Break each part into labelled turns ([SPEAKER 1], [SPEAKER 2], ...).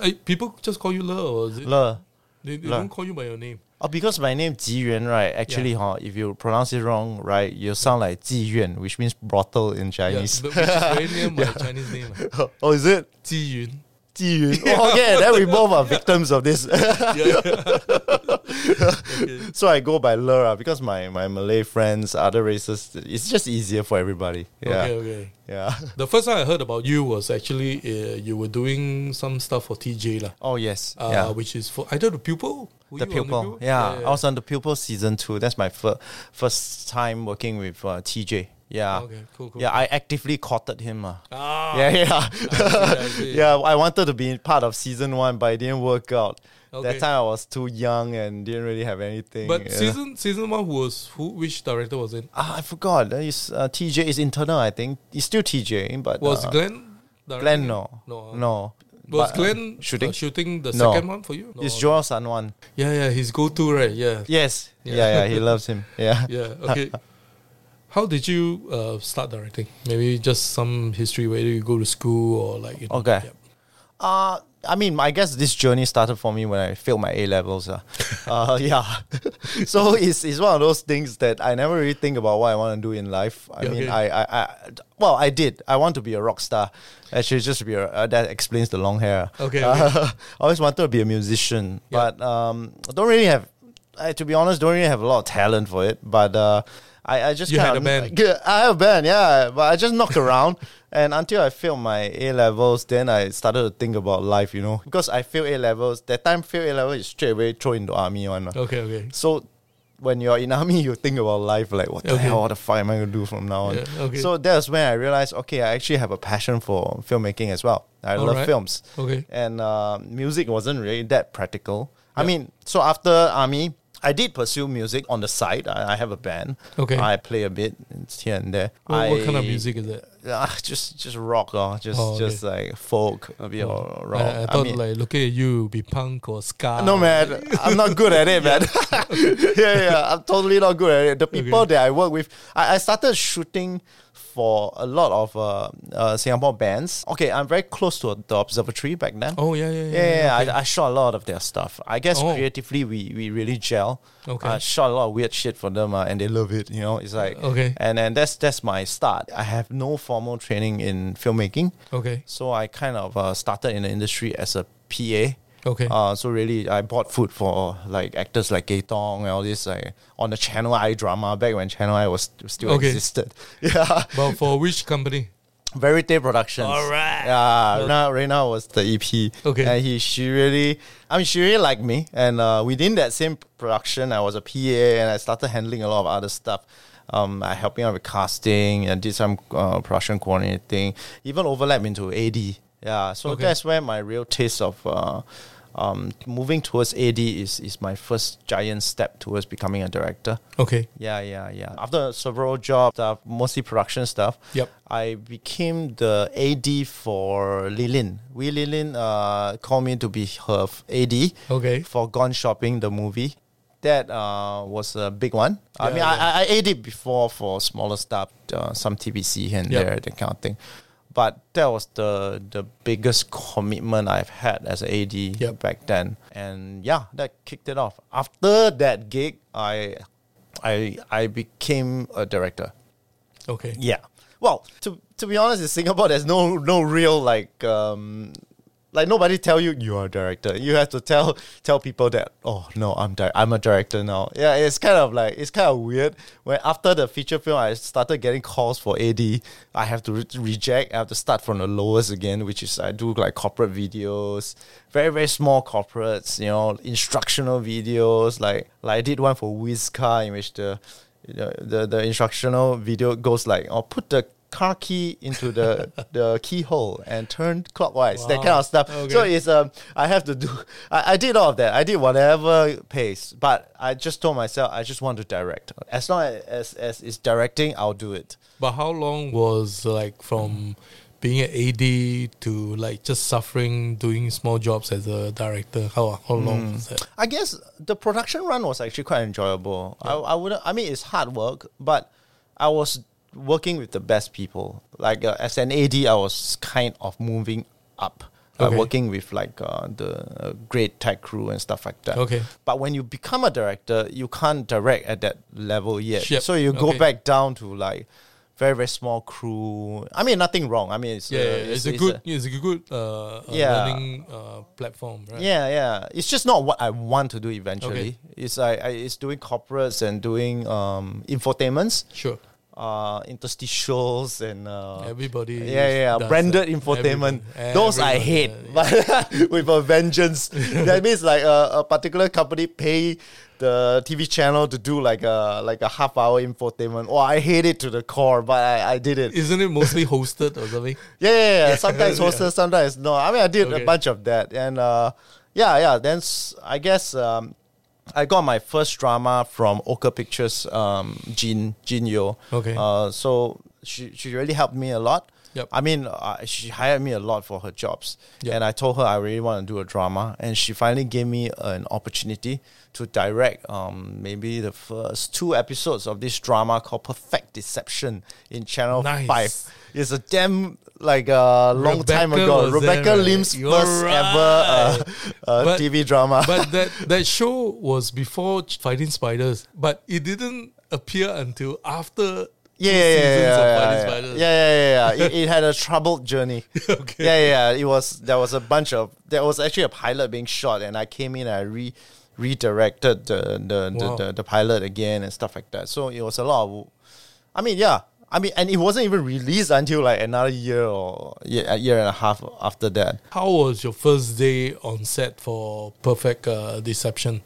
[SPEAKER 1] uh, people just call you Le, or is it,
[SPEAKER 2] Le.
[SPEAKER 1] they, they
[SPEAKER 2] Le.
[SPEAKER 1] don't call you by your name.
[SPEAKER 2] Oh, because my name Ji Yuan, right? Actually, huh, if you pronounce it wrong, right, you sound like Ji Yuan, which means brothel in Chinese.
[SPEAKER 1] Yeah, but which is very near my Chinese name, uh,
[SPEAKER 2] oh, is it?
[SPEAKER 1] Ji Yun.
[SPEAKER 2] Ji Yuan. Oh, okay, then we both are victims of this.
[SPEAKER 1] Yeah,
[SPEAKER 2] so I go by Lura because my, my Malay friends, other races, it's just easier for everybody. Yeah.
[SPEAKER 1] Okay, okay.
[SPEAKER 2] Yeah.
[SPEAKER 1] The first time I heard about you was actually uh, you were doing some stuff for TJ lah.
[SPEAKER 2] Oh, yes.
[SPEAKER 1] Uh,
[SPEAKER 2] yeah.
[SPEAKER 1] which is for either the pupil. Were
[SPEAKER 2] the
[SPEAKER 1] you on
[SPEAKER 2] pupil. Yeah. I
[SPEAKER 1] yeah.
[SPEAKER 2] was on the pupil season two. That's my fir- first time working with uh, TJ. Yeah.
[SPEAKER 1] Okay, cool, cool,
[SPEAKER 2] Yeah, I actively courted him. Uh.
[SPEAKER 1] Ah,
[SPEAKER 2] Yeah, yeah.
[SPEAKER 1] I see.
[SPEAKER 2] yeah, I wanted to be part of season one, but it didn't work out.
[SPEAKER 1] Okay.
[SPEAKER 2] That time I was too young and didn't really have anything.
[SPEAKER 1] But
[SPEAKER 2] yeah.
[SPEAKER 1] season season one who was who which director was it?
[SPEAKER 2] Ah, I forgot. That is, uh, TJ is internal, I think. It's still TJ, but.
[SPEAKER 1] Was
[SPEAKER 2] uh,
[SPEAKER 1] Glenn? directing
[SPEAKER 2] Glenn,
[SPEAKER 1] it?
[SPEAKER 2] no.
[SPEAKER 1] No. uh,
[SPEAKER 2] No.
[SPEAKER 1] Was
[SPEAKER 2] But, uh,
[SPEAKER 1] Glenn Oh, shooting
[SPEAKER 2] shooting?
[SPEAKER 1] shooting the
[SPEAKER 2] No.
[SPEAKER 1] second one for you? No.
[SPEAKER 2] It's Joel San Juan.
[SPEAKER 1] Yeah, yeah, his go to right. Yeah,
[SPEAKER 2] Yes.
[SPEAKER 1] Yeah.
[SPEAKER 2] Yeah. yeah, he loves him. Yeah.
[SPEAKER 1] yeah. Okay. How did you uh, start directing? Maybe just some history whether you go to school or like you know,
[SPEAKER 2] Okay.
[SPEAKER 1] yeah.
[SPEAKER 2] Uh, I mean, I guess this journey started for me when I failed my A levels. Uh. uh, yeah. so it's, it's one of those things that I never really think about what I want to do in life. I
[SPEAKER 1] Yeah,
[SPEAKER 2] mean,
[SPEAKER 1] okay.
[SPEAKER 2] I, I, I, well, I did. I want to be a rock star. Actually, just to be a, uh, that explains the long hair.
[SPEAKER 1] Okay,
[SPEAKER 2] Uh,
[SPEAKER 1] okay.
[SPEAKER 2] I always wanted to be a musician,
[SPEAKER 1] Yeah.
[SPEAKER 2] but um, don't really have. I, to be honest, don't really have a lot of talent for it. But uh, I, I just
[SPEAKER 1] You had a
[SPEAKER 2] kinda-
[SPEAKER 1] band.
[SPEAKER 2] yeah, I have been, yeah, but I just knock around. And until I failed my A levels, then I started to think about life, you know. Because I failed A levels, that time failed A levels is straight away thrown into army one. mah.
[SPEAKER 1] Okay, okay.
[SPEAKER 2] So when you're in army, you think about life like what the
[SPEAKER 1] Okay.
[SPEAKER 2] hell, what the fuck am I gonna do from now on?
[SPEAKER 1] Yeah, okay.
[SPEAKER 2] So that's when I realized, okay, I actually have a passion for filmmaking as well. I love
[SPEAKER 1] Alright.
[SPEAKER 2] films
[SPEAKER 1] Okay.
[SPEAKER 2] and uh, music wasn't really that practical. I
[SPEAKER 1] Yeah.
[SPEAKER 2] mean, so after army, I did pursue music on the side. I, I have a band.
[SPEAKER 1] Okay.
[SPEAKER 2] I play a bit here and there.
[SPEAKER 1] What, what kind of
[SPEAKER 2] I-
[SPEAKER 1] music is that?
[SPEAKER 2] Ah, just just rock, or just
[SPEAKER 1] Oh, okay. Oh.
[SPEAKER 2] just like folk, a bit of rock.
[SPEAKER 1] I, I thought like looking at you would be punk or ska.
[SPEAKER 2] No man, I'm not good at it, man. yeah, yeah, I'm totally not good at it. The people
[SPEAKER 1] Okay.
[SPEAKER 2] that I work with, I, I started shooting for a lot of uh, uh, Singapore bands. Okay, I'm very close to the observatory back then.
[SPEAKER 1] Oh yeah, yeah, yeah.
[SPEAKER 2] Yeah, yeah,
[SPEAKER 1] okay.
[SPEAKER 2] I, I shot a lot of their stuff. I guess
[SPEAKER 1] Oh.
[SPEAKER 2] creatively, we, we really gel.
[SPEAKER 1] Okay.
[SPEAKER 2] I shot a lot of weird shit for them, uh, and they love it. You know, it's like
[SPEAKER 1] Okay.
[SPEAKER 2] and and that's that's my start. I have no formal training in filmmaking,
[SPEAKER 1] okay,
[SPEAKER 2] so I kind of uh, started in the industry as a PA.
[SPEAKER 1] okay.
[SPEAKER 2] Uh, so really, I bought food for like actors like Gay Tong and all this like on the Channel I drama back when Channel I was still
[SPEAKER 1] Okay.
[SPEAKER 2] existed. Yeah,
[SPEAKER 1] but for which company?
[SPEAKER 2] Verite Productions.
[SPEAKER 1] All right.
[SPEAKER 2] Yeah, Reina, Reina was the EP.
[SPEAKER 1] Okay.
[SPEAKER 2] And he, she really, I mean, she really liked me. And uh, within that same production, I was a PA and I started handling a lot of other stuff. Um, I helping out with casting and did some uh, production coordinating, even overlap into AD. Yeah, so
[SPEAKER 1] Okay.
[SPEAKER 2] that's where my real taste of uh, um, moving towards AD is, is my first giant step towards becoming a director.
[SPEAKER 1] Okay,
[SPEAKER 2] Yeah, yeah, yeah. After several jobs, stuff, mostly production stuff.
[SPEAKER 1] Yep.
[SPEAKER 2] I became the AD for Lilin. We Lilin uh, called me to be her f- AD
[SPEAKER 1] okay,
[SPEAKER 2] for Gone Shopping, the movie. That uh, was a big one. I
[SPEAKER 1] Yeah,
[SPEAKER 2] mean, I, I, I AD before for smaller stuff, uh, some TBC here and
[SPEAKER 1] Yep.
[SPEAKER 2] there, that kind of thing. But that was the the biggest commitment I've had as an AD
[SPEAKER 1] Yep.
[SPEAKER 2] back then, and yeah, that kicked it off. After that gig, I I I became a director.
[SPEAKER 1] okay.
[SPEAKER 2] Yeah. Well, to to be honest, in Singapore, there's no no real like um like nobody tell you you are a director. You have to tell tell people that oh no, I'm di- I'm a director now. Yeah, it's kind of like it's kind of weird. When after the feature film, I started getting calls for AD. I have to re- reject. I have to start from the lowest again, which is I do like corporate videos, very very small corporates. You know, instructional videos. Like like I did one for Whizcar in which the you know, the the instructional video goes like, "Oh, put the car key into the the keyhole and turn clockwise." That kind of stuff. So
[SPEAKER 1] Okay.
[SPEAKER 2] it's um, I have to do. I, I did all of that. I did whatever pace, but I just told myself I just want to direct. As long as as it's directing, I'll do it.
[SPEAKER 1] But how long was like from being an AD to like just suffering doing small jobs as a director? How how
[SPEAKER 2] Hmm.
[SPEAKER 1] long was that?
[SPEAKER 2] I guess the production run was actually quite enjoyable. I, I wouldn't. I mean, it's hard work, but I was working with the best people. Like uh, as an AD, I was kind of moving up.
[SPEAKER 1] Okay.
[SPEAKER 2] by working with like uh, the uh, great tech crew and stuff like that.
[SPEAKER 1] Okay.
[SPEAKER 2] But when you become a director, you can't direct at that level yet.
[SPEAKER 1] Yep.
[SPEAKER 2] So you go
[SPEAKER 1] Okay.
[SPEAKER 2] back down to like very very small crew. I mean, nothing wrong. I mean, it's
[SPEAKER 1] Yeah,
[SPEAKER 2] uh,
[SPEAKER 1] yeah, it's, a good, it's a good uh, uh,
[SPEAKER 2] Yeah.
[SPEAKER 1] learning uh, platform, right?
[SPEAKER 2] Yeah, yeah. It's just not what I want to do eventually. It's I, I it's doing corporates and doing um infotainments,
[SPEAKER 1] Sure.
[SPEAKER 2] uh interstitials and uh
[SPEAKER 1] Everybody.
[SPEAKER 2] yeah, yeah,
[SPEAKER 1] does that.
[SPEAKER 2] branded infotainment.
[SPEAKER 1] Everyone-
[SPEAKER 2] Those I
[SPEAKER 1] everyone,
[SPEAKER 2] hate,
[SPEAKER 1] yeah,
[SPEAKER 2] but with a vengeance. that means like a, a particular company pay the TV channel to do like a like a half hour infotainment. Oh, I hate it to the core, but I, I did it.
[SPEAKER 1] Isn't it mostly hosted or something?
[SPEAKER 2] Yeah, yeah, yeah. Sometimes
[SPEAKER 1] Yeah.
[SPEAKER 2] hosted, sometimes no. I mean, I did
[SPEAKER 1] Okay.
[SPEAKER 2] a bunch of that, and uh, yeah, yeah. Then s- I guess um, I got my first drama from Oka Pictures, um, Jin Jin Yo.
[SPEAKER 1] Okay.
[SPEAKER 2] Uh, so she she really helped me a lot.
[SPEAKER 1] Yep.
[SPEAKER 2] I mean, uh, she hired me a lot for her jobs,
[SPEAKER 1] Yep.
[SPEAKER 2] and I told her I really want to do a drama, and she finally gave me an opportunity to direct um, maybe the first two episodes of this drama called Perfect Deception in Channel
[SPEAKER 1] Nice.
[SPEAKER 2] Five. It's a damn like a long time
[SPEAKER 1] Rebecca
[SPEAKER 2] ago.
[SPEAKER 1] was
[SPEAKER 2] Rebecca
[SPEAKER 1] there, right?
[SPEAKER 2] Lim's
[SPEAKER 1] You're
[SPEAKER 2] first
[SPEAKER 1] right.
[SPEAKER 2] ever uh, uh,
[SPEAKER 1] But-
[SPEAKER 2] TV drama.
[SPEAKER 1] but that that show was before Ch- Fighting Spiders, but it didn't appear until after two
[SPEAKER 2] yeah, yeah, yeah,
[SPEAKER 1] seasons of
[SPEAKER 2] yeah,
[SPEAKER 1] Fighting
[SPEAKER 2] yeah, yeah,
[SPEAKER 1] Spiders.
[SPEAKER 2] yeah, yeah, yeah. It, it had a troubled journey.
[SPEAKER 1] Okay.
[SPEAKER 2] Yeah, yeah, yeah. It was there was a bunch of there was actually a pilot being shot, and I came in and I re redirected the the,
[SPEAKER 1] Wow.
[SPEAKER 2] the the the pilot again and stuff like that. So it was a lot of, I mean, yeah. I mean, and it wasn't even released until like another year or year, a year and a half after that.
[SPEAKER 1] How was your first day on set for Perfect uh, Deception?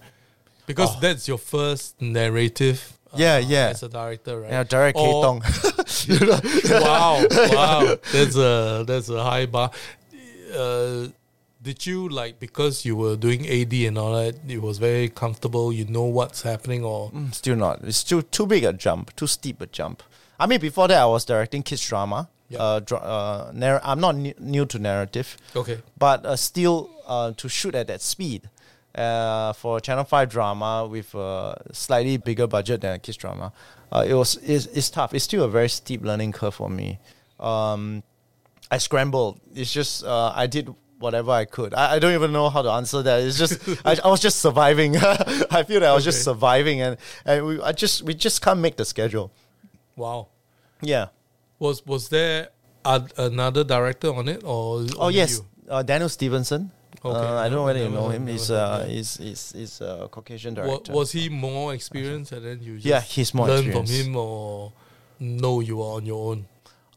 [SPEAKER 1] Because that's your first narrative. uh,
[SPEAKER 2] Yeah, Oh. yeah.
[SPEAKER 1] As a director, right?
[SPEAKER 2] Yeah, direct K
[SPEAKER 1] Or-
[SPEAKER 2] Tong. You know?
[SPEAKER 1] wow, wow, that's a that's a high bar. Uh, did you like because you were doing AD and all that? It was very comfortable. You know what's happening, or
[SPEAKER 2] Still not. It's still too big a jump, too steep a jump. I mean, before that, I was directing kids drama.
[SPEAKER 1] Yeah.
[SPEAKER 2] Uh, dra- uh, narr- I'm not new, new to narrative,
[SPEAKER 1] okay,
[SPEAKER 2] but uh, still uh, to shoot at that speed uh, for Channel Five drama with a slightly bigger budget than a kids drama, uh, it was it's, it's tough. It's still a very steep learning curve for me. Um, I scrambled. It's just uh, I did whatever I could. I, I don't even know how to answer that. It's just I, I was just surviving. I feel that I was just
[SPEAKER 1] Okay.
[SPEAKER 2] surviving, and and we I just we just can't make the schedule.
[SPEAKER 1] wow.
[SPEAKER 2] Yeah.
[SPEAKER 1] Was was there a, another director on it, or is it
[SPEAKER 2] Oh
[SPEAKER 1] only
[SPEAKER 2] yes,
[SPEAKER 1] you?
[SPEAKER 2] uh, Daniel Stevenson.
[SPEAKER 1] Okay.
[SPEAKER 2] Uh, I don't know whether you
[SPEAKER 1] Never-
[SPEAKER 2] know him.
[SPEAKER 1] never
[SPEAKER 2] He's
[SPEAKER 1] heard
[SPEAKER 2] uh,
[SPEAKER 1] of him.
[SPEAKER 2] he's he's he's a Caucasian
[SPEAKER 1] Wa-
[SPEAKER 2] director.
[SPEAKER 1] was he more experienced, and then you just
[SPEAKER 2] Yeah, he's more
[SPEAKER 1] learn from
[SPEAKER 2] experienced.
[SPEAKER 1] him, or no, you are on your own.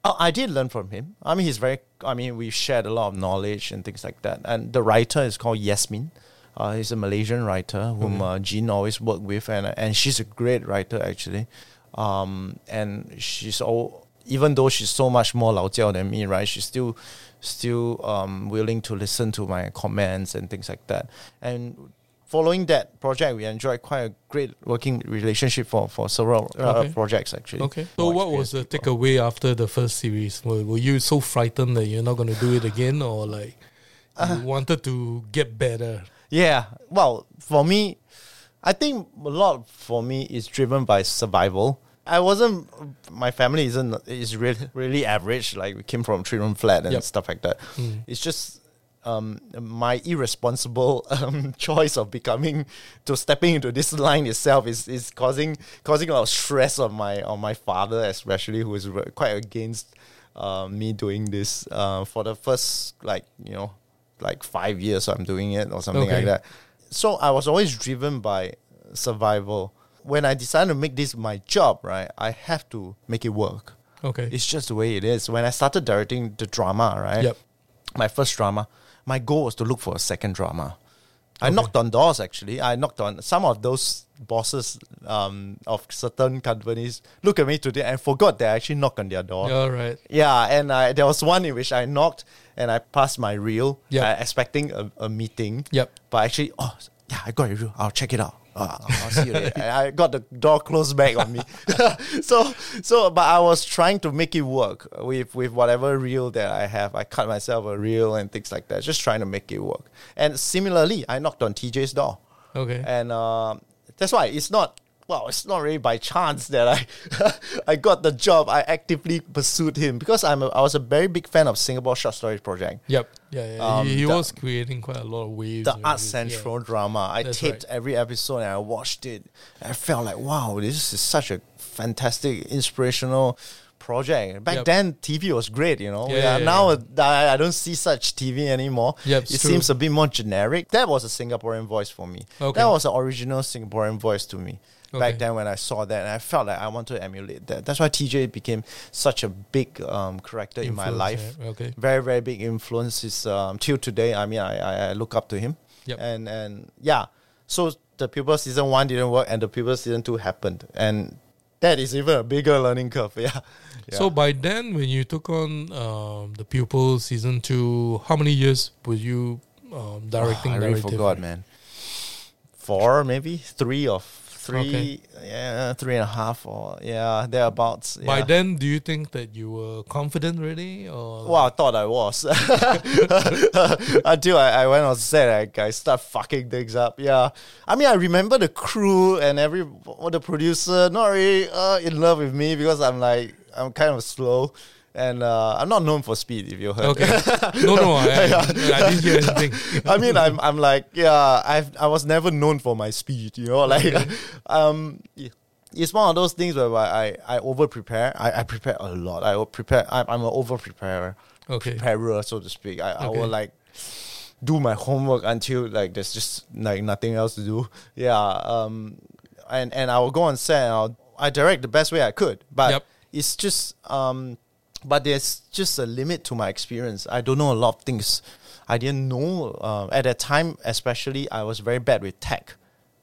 [SPEAKER 2] Oh, I did learn from him. I mean, he's very. I mean, we shared a lot of knowledge and things like that. And the writer is called Yasmin. Uh, he's a Malaysian writer whom uh, Jean always worked with, and and she's a great writer actually. Um, and she's all even though she's so much more lao jiao than me, right? She's still still um, willing to listen to my comments and things like that. And following that project, we enjoyed quite a great working relationship for for several uh,
[SPEAKER 1] Okay.
[SPEAKER 2] projects actually.
[SPEAKER 1] Okay. So
[SPEAKER 2] More
[SPEAKER 1] what was
[SPEAKER 2] experienced
[SPEAKER 1] the
[SPEAKER 2] people.
[SPEAKER 1] takeaway after the first series? Were, were you so frightened that you're not going to do it again, or like
[SPEAKER 2] Uh-huh.
[SPEAKER 1] you wanted to get better?
[SPEAKER 2] Yeah. Well, for me, I think a lot for me is driven by survival. I wasn't. My family isn't is really really average. Like we came from three room flat and
[SPEAKER 1] Yep.
[SPEAKER 2] stuff like that. It's just um, my irresponsible um, choice of becoming to stepping into this line itself is is causing causing a lot of stress on my on my father especially who is re- quite against uh, me doing this uh, for the first like you know like five years I'm doing it or something
[SPEAKER 1] Okay.
[SPEAKER 2] like that. So I was always driven by survival. When I decided to make this my job, right, I have to make it work.
[SPEAKER 1] Okay.
[SPEAKER 2] It's just the way it is. When I started directing the drama, right?
[SPEAKER 1] Yep.
[SPEAKER 2] My first drama, my goal was to look for a second drama. I knocked on doors actually. I knocked on some of those bosses um, of certain companies. Look at me today and forgot that I actually knocked on their door.
[SPEAKER 1] All right.
[SPEAKER 2] Yeah, and I, there was one in which I knocked and I passed my reel,
[SPEAKER 1] Yep.
[SPEAKER 2] uh, expecting a, a meeting.
[SPEAKER 1] Yep.
[SPEAKER 2] But actually, oh, yeah, I got your reel. I'll check it out. Uh, I'll I'll see you later. And I got the door closed back on me. so, so, but I was trying to make it work with, with whatever reel that I have. I cut myself a reel and things like that, just trying to make it work. And similarly, I knocked on TJ's door.
[SPEAKER 1] Okay.
[SPEAKER 2] And um that's why it's not well, it's not really by chance that I I got the job. I actively pursued him because I'm a, I was a very big fan of Singapore Short Stories Project.
[SPEAKER 1] Yep. Yeah. yeah.
[SPEAKER 2] Um,
[SPEAKER 1] he he
[SPEAKER 2] the-
[SPEAKER 1] was creating quite a lot of waves.
[SPEAKER 2] The
[SPEAKER 1] and
[SPEAKER 2] Art
[SPEAKER 1] everything, yeah.
[SPEAKER 2] Central drama. I
[SPEAKER 1] That's
[SPEAKER 2] taped
[SPEAKER 1] right.
[SPEAKER 2] every episode and I watched it. I felt like, wow, this is such a fantastic, inspirational project. Back
[SPEAKER 1] Yep.
[SPEAKER 2] then, TV was great, you know.
[SPEAKER 1] Yeah,
[SPEAKER 2] We
[SPEAKER 1] yeah,
[SPEAKER 2] are
[SPEAKER 1] yeah.
[SPEAKER 2] now I, I don't see such TV anymore.
[SPEAKER 1] Yep,
[SPEAKER 2] it
[SPEAKER 1] it's
[SPEAKER 2] seems
[SPEAKER 1] true.
[SPEAKER 2] a bit more generic. That was a Singaporean voice for me.
[SPEAKER 1] Okay.
[SPEAKER 2] That was the original Singaporean voice to me. Back
[SPEAKER 1] Okay.
[SPEAKER 2] then, when I saw that, and I felt like I want to emulate that. That's why TJ became such a big um, character in my
[SPEAKER 1] Influence,
[SPEAKER 2] life
[SPEAKER 1] yeah, okay.
[SPEAKER 2] very very big influence is um, till today. I mean, I, I, I look up to him.
[SPEAKER 1] Yep.
[SPEAKER 2] And and yeah, so the pupil season one didn't work, and the pupil season two happened, and that is even a bigger learning curve. Yeah. Yeah.
[SPEAKER 1] So by then, when you took on um, the pupil season two, how many years were you um, directing?
[SPEAKER 2] Ah, I really
[SPEAKER 1] narrative?
[SPEAKER 2] forgot, man. Four maybe three of three,
[SPEAKER 1] Okay.
[SPEAKER 2] yeah, three and a half or yeah, thereabouts. Yeah.
[SPEAKER 1] By then, do you think that you were confident already, or
[SPEAKER 2] Well, I thought I was until I, I went on set. I, I start fucking things up. Yeah, I mean, I remember the crew and every all the producer not really uh, in love with me because I'm like I'm kind of slow and uh, I'm not known for speed. If you heard,
[SPEAKER 1] okay? no, no, I, I, I didn't hear anything.
[SPEAKER 2] I mean, I'm I'm like yeah, I I was never known for my speed, you know, like um. It's one of those things where I, I over prepare. I, I prepare a lot. I will prepare. I'm, I'm an over preparer,
[SPEAKER 1] Okay.
[SPEAKER 2] preparer, so to speak. I, I
[SPEAKER 1] Okay.
[SPEAKER 2] will like do my homework until like there's just like nothing else to do. Yeah. Um. And and I will go on set. And I'll I direct the best way I could, but
[SPEAKER 1] Yep.
[SPEAKER 2] it's just um. But there's just a limit to my experience. I don't know a lot of things. I didn't know um, at that time, especially. I was very bad with tech.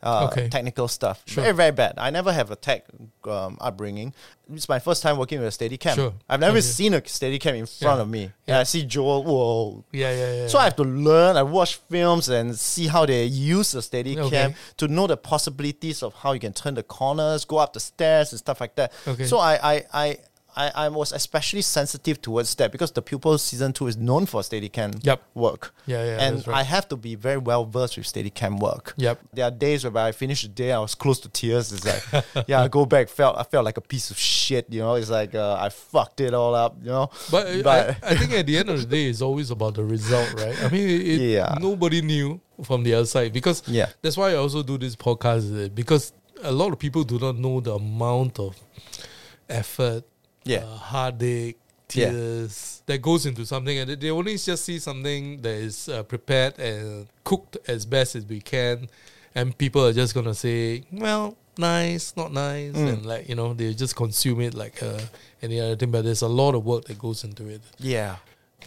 [SPEAKER 2] Uh,
[SPEAKER 1] Okay.
[SPEAKER 2] technical stuff
[SPEAKER 1] Sure.
[SPEAKER 2] very very bad i never have a tech um, upbringing it's my first time working with a steady cam
[SPEAKER 1] Sure.
[SPEAKER 2] i've never
[SPEAKER 1] Okay.
[SPEAKER 2] seen a steady cam in front
[SPEAKER 1] Yeah.
[SPEAKER 2] of me and i see joel whoa
[SPEAKER 1] Yeah, yeah, yeah.
[SPEAKER 2] so I have to learn. I watch films and see how they use the steady cam
[SPEAKER 1] Okay.
[SPEAKER 2] to know the possibilities of how you can turn the corners, go up the stairs, and stuff like that.
[SPEAKER 1] Okay.
[SPEAKER 2] So I, I, I, I, I was especially sensitive towards that because the pupil season two is known for steady cam
[SPEAKER 1] Yep.
[SPEAKER 2] work.
[SPEAKER 1] Yeah, yeah,
[SPEAKER 2] And
[SPEAKER 1] that's right.
[SPEAKER 2] I have to be very well versed with steady cam work.
[SPEAKER 1] Yep.
[SPEAKER 2] There are days where I finish the day, I was close to tears. It's like, yeah, I go back, felt I felt like a piece of shit. You know, it's like uh, I fucked it all up. You know,
[SPEAKER 1] But, uh, I- I, I think at the end of the day, it's always about the result, right? I mean, it,
[SPEAKER 2] Yeah.
[SPEAKER 1] nobody knew from the other side because
[SPEAKER 2] Yeah.
[SPEAKER 1] that's why I also do this podcast is it, because a lot of people do not know the amount of effort,
[SPEAKER 2] Yeah.
[SPEAKER 1] uh, heartache,
[SPEAKER 2] Yeah.
[SPEAKER 1] tears that goes into something, and they- they only just see something that is uh, prepared and cooked as best as we can, and people are just gonna say, well. Nice, not nice, and like you know, they just consume it like uh, any other thing. But there's a lot of work that goes into it
[SPEAKER 2] yeah,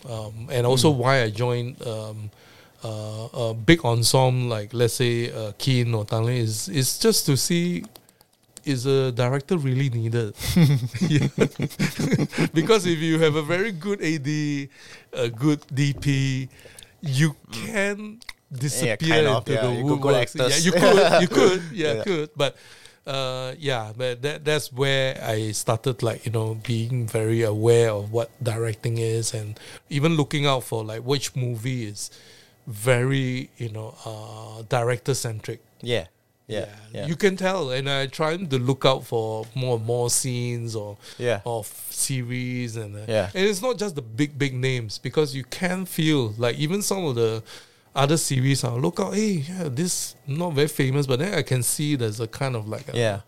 [SPEAKER 1] um, and also why I joined um, uh, a big ensemble like let's say uh, Keen or Tanglin is is just to see is a director really needed Yeah. because if you have a very good AD, a good DP, you can disappear
[SPEAKER 2] Mm. kind of,
[SPEAKER 1] into
[SPEAKER 2] yeah.
[SPEAKER 1] the
[SPEAKER 2] You could go
[SPEAKER 1] woodworks. Yeah,
[SPEAKER 2] actors.
[SPEAKER 1] you could, you could, yeah,
[SPEAKER 2] Yeah.
[SPEAKER 1] could, but. Uh, yeah, but that that's where I started like you know being very aware of what directing is and even looking out for like which movie is very you know uh, director centric.
[SPEAKER 2] yeah, yeah, yeah.
[SPEAKER 1] You can tell, and I try to look out for more more scenes or
[SPEAKER 2] Yeah.
[SPEAKER 1] of series and uh,
[SPEAKER 2] Yeah.
[SPEAKER 1] And it's not just the big big names because you can feel like even some of the other series I'll look out. Hey, yeah, this not very famous, but then I can see there's a kind of like a,
[SPEAKER 2] Yeah.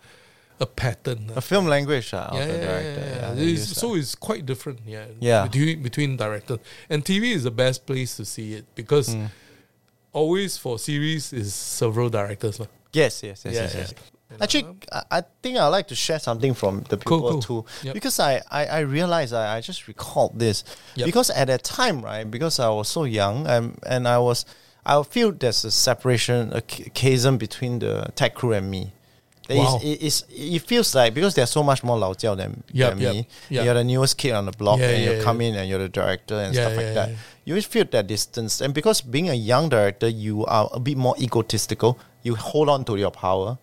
[SPEAKER 1] a pattern. uh,
[SPEAKER 2] A film language
[SPEAKER 1] yeah,
[SPEAKER 2] uh, of
[SPEAKER 1] yeah,
[SPEAKER 2] the
[SPEAKER 1] yeah,
[SPEAKER 2] director.
[SPEAKER 1] yeah,
[SPEAKER 2] Yeah,
[SPEAKER 1] yeah.
[SPEAKER 2] they
[SPEAKER 1] It's-
[SPEAKER 2] use
[SPEAKER 1] so
[SPEAKER 2] that.
[SPEAKER 1] it's quite different, yeah.
[SPEAKER 2] Yeah.
[SPEAKER 1] Between, between directors. And TV is the best place to see it because
[SPEAKER 2] Mm.
[SPEAKER 1] always for series is several directors. lah.
[SPEAKER 2] yes, yes, yes,
[SPEAKER 1] Yeah,
[SPEAKER 2] yes,
[SPEAKER 1] yeah.
[SPEAKER 2] yes. Actually, I- I think I'd like to share something from the people
[SPEAKER 1] Cool, cool.
[SPEAKER 2] too.
[SPEAKER 1] Yep.
[SPEAKER 2] Because I, I, I realized I, I just recalled this.
[SPEAKER 1] Yep.
[SPEAKER 2] Because at that time, right, because I was so young and, and I was, I feel there's a separation, a ch- chasm between the tech crew and me. There is-
[SPEAKER 1] Wow.
[SPEAKER 2] it, it's, it feels like because they're so much more lao jiao than,
[SPEAKER 1] Yep,
[SPEAKER 2] than
[SPEAKER 1] yep,
[SPEAKER 2] me,
[SPEAKER 1] yep.
[SPEAKER 2] you're the newest kid on the block
[SPEAKER 1] Yeah,
[SPEAKER 2] and
[SPEAKER 1] yeah,
[SPEAKER 2] you
[SPEAKER 1] yeah.
[SPEAKER 2] come in and you're the director and
[SPEAKER 1] Yeah,
[SPEAKER 2] stuff like
[SPEAKER 1] yeah,
[SPEAKER 2] that.
[SPEAKER 1] yeah.
[SPEAKER 2] You always feel that distance. And because being a young director, you are a bit more egotistical. You hold on to your power.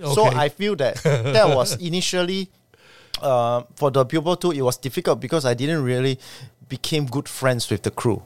[SPEAKER 2] So
[SPEAKER 1] Okay.
[SPEAKER 2] I feel that that was initially uh, for the pupil too. It was difficult because I didn't really became good friends with the crew.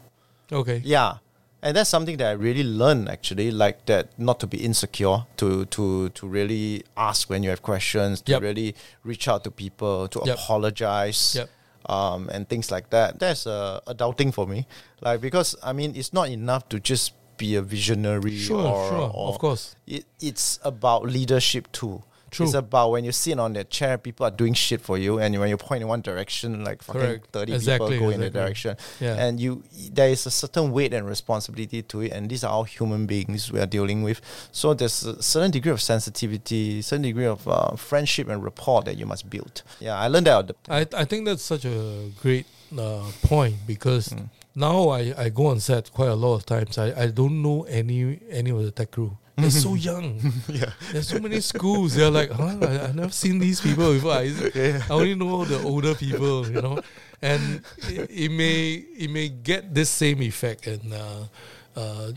[SPEAKER 1] Okay.
[SPEAKER 2] Yeah, and that's something that I really learned actually, like that not to be insecure, to to to really ask when you have questions, to
[SPEAKER 1] Yep.
[SPEAKER 2] really reach out to people, to
[SPEAKER 1] Yep.
[SPEAKER 2] apologize,
[SPEAKER 1] Yep.
[SPEAKER 2] um, and things like that. That's uh, adulting for me, like because I mean it's not enough to just be a visionary
[SPEAKER 1] Sure,
[SPEAKER 2] or,
[SPEAKER 1] sure,
[SPEAKER 2] or-
[SPEAKER 1] of course.
[SPEAKER 2] It, it's about leadership too.
[SPEAKER 1] True.
[SPEAKER 2] It's about when you sit on that chair, people are doing shit for you, and when you point in one direction, like fucking
[SPEAKER 1] Correct.
[SPEAKER 2] thirty
[SPEAKER 1] Exactly,
[SPEAKER 2] people go in that
[SPEAKER 1] exactly.
[SPEAKER 2] direction
[SPEAKER 1] Yeah.
[SPEAKER 2] and you there is a certain weight and responsibility to it and these are all human beings we are dealing with so there's a certain degree of sensitivity certain degree of uh, friendship and rapport that you must build yeah i learned that out the,
[SPEAKER 1] I, I think that's such a great uh, point because
[SPEAKER 2] Hmm.
[SPEAKER 1] now I, I go on set quite a lot of times. I, I don't know any any of the tech crew. They're so young.
[SPEAKER 2] yeah
[SPEAKER 1] There's so many schools. They're like, huh? I, I've never seen these people before. I, I only know the older people, you know. And it, it may it may get this same effect, and uh, uh,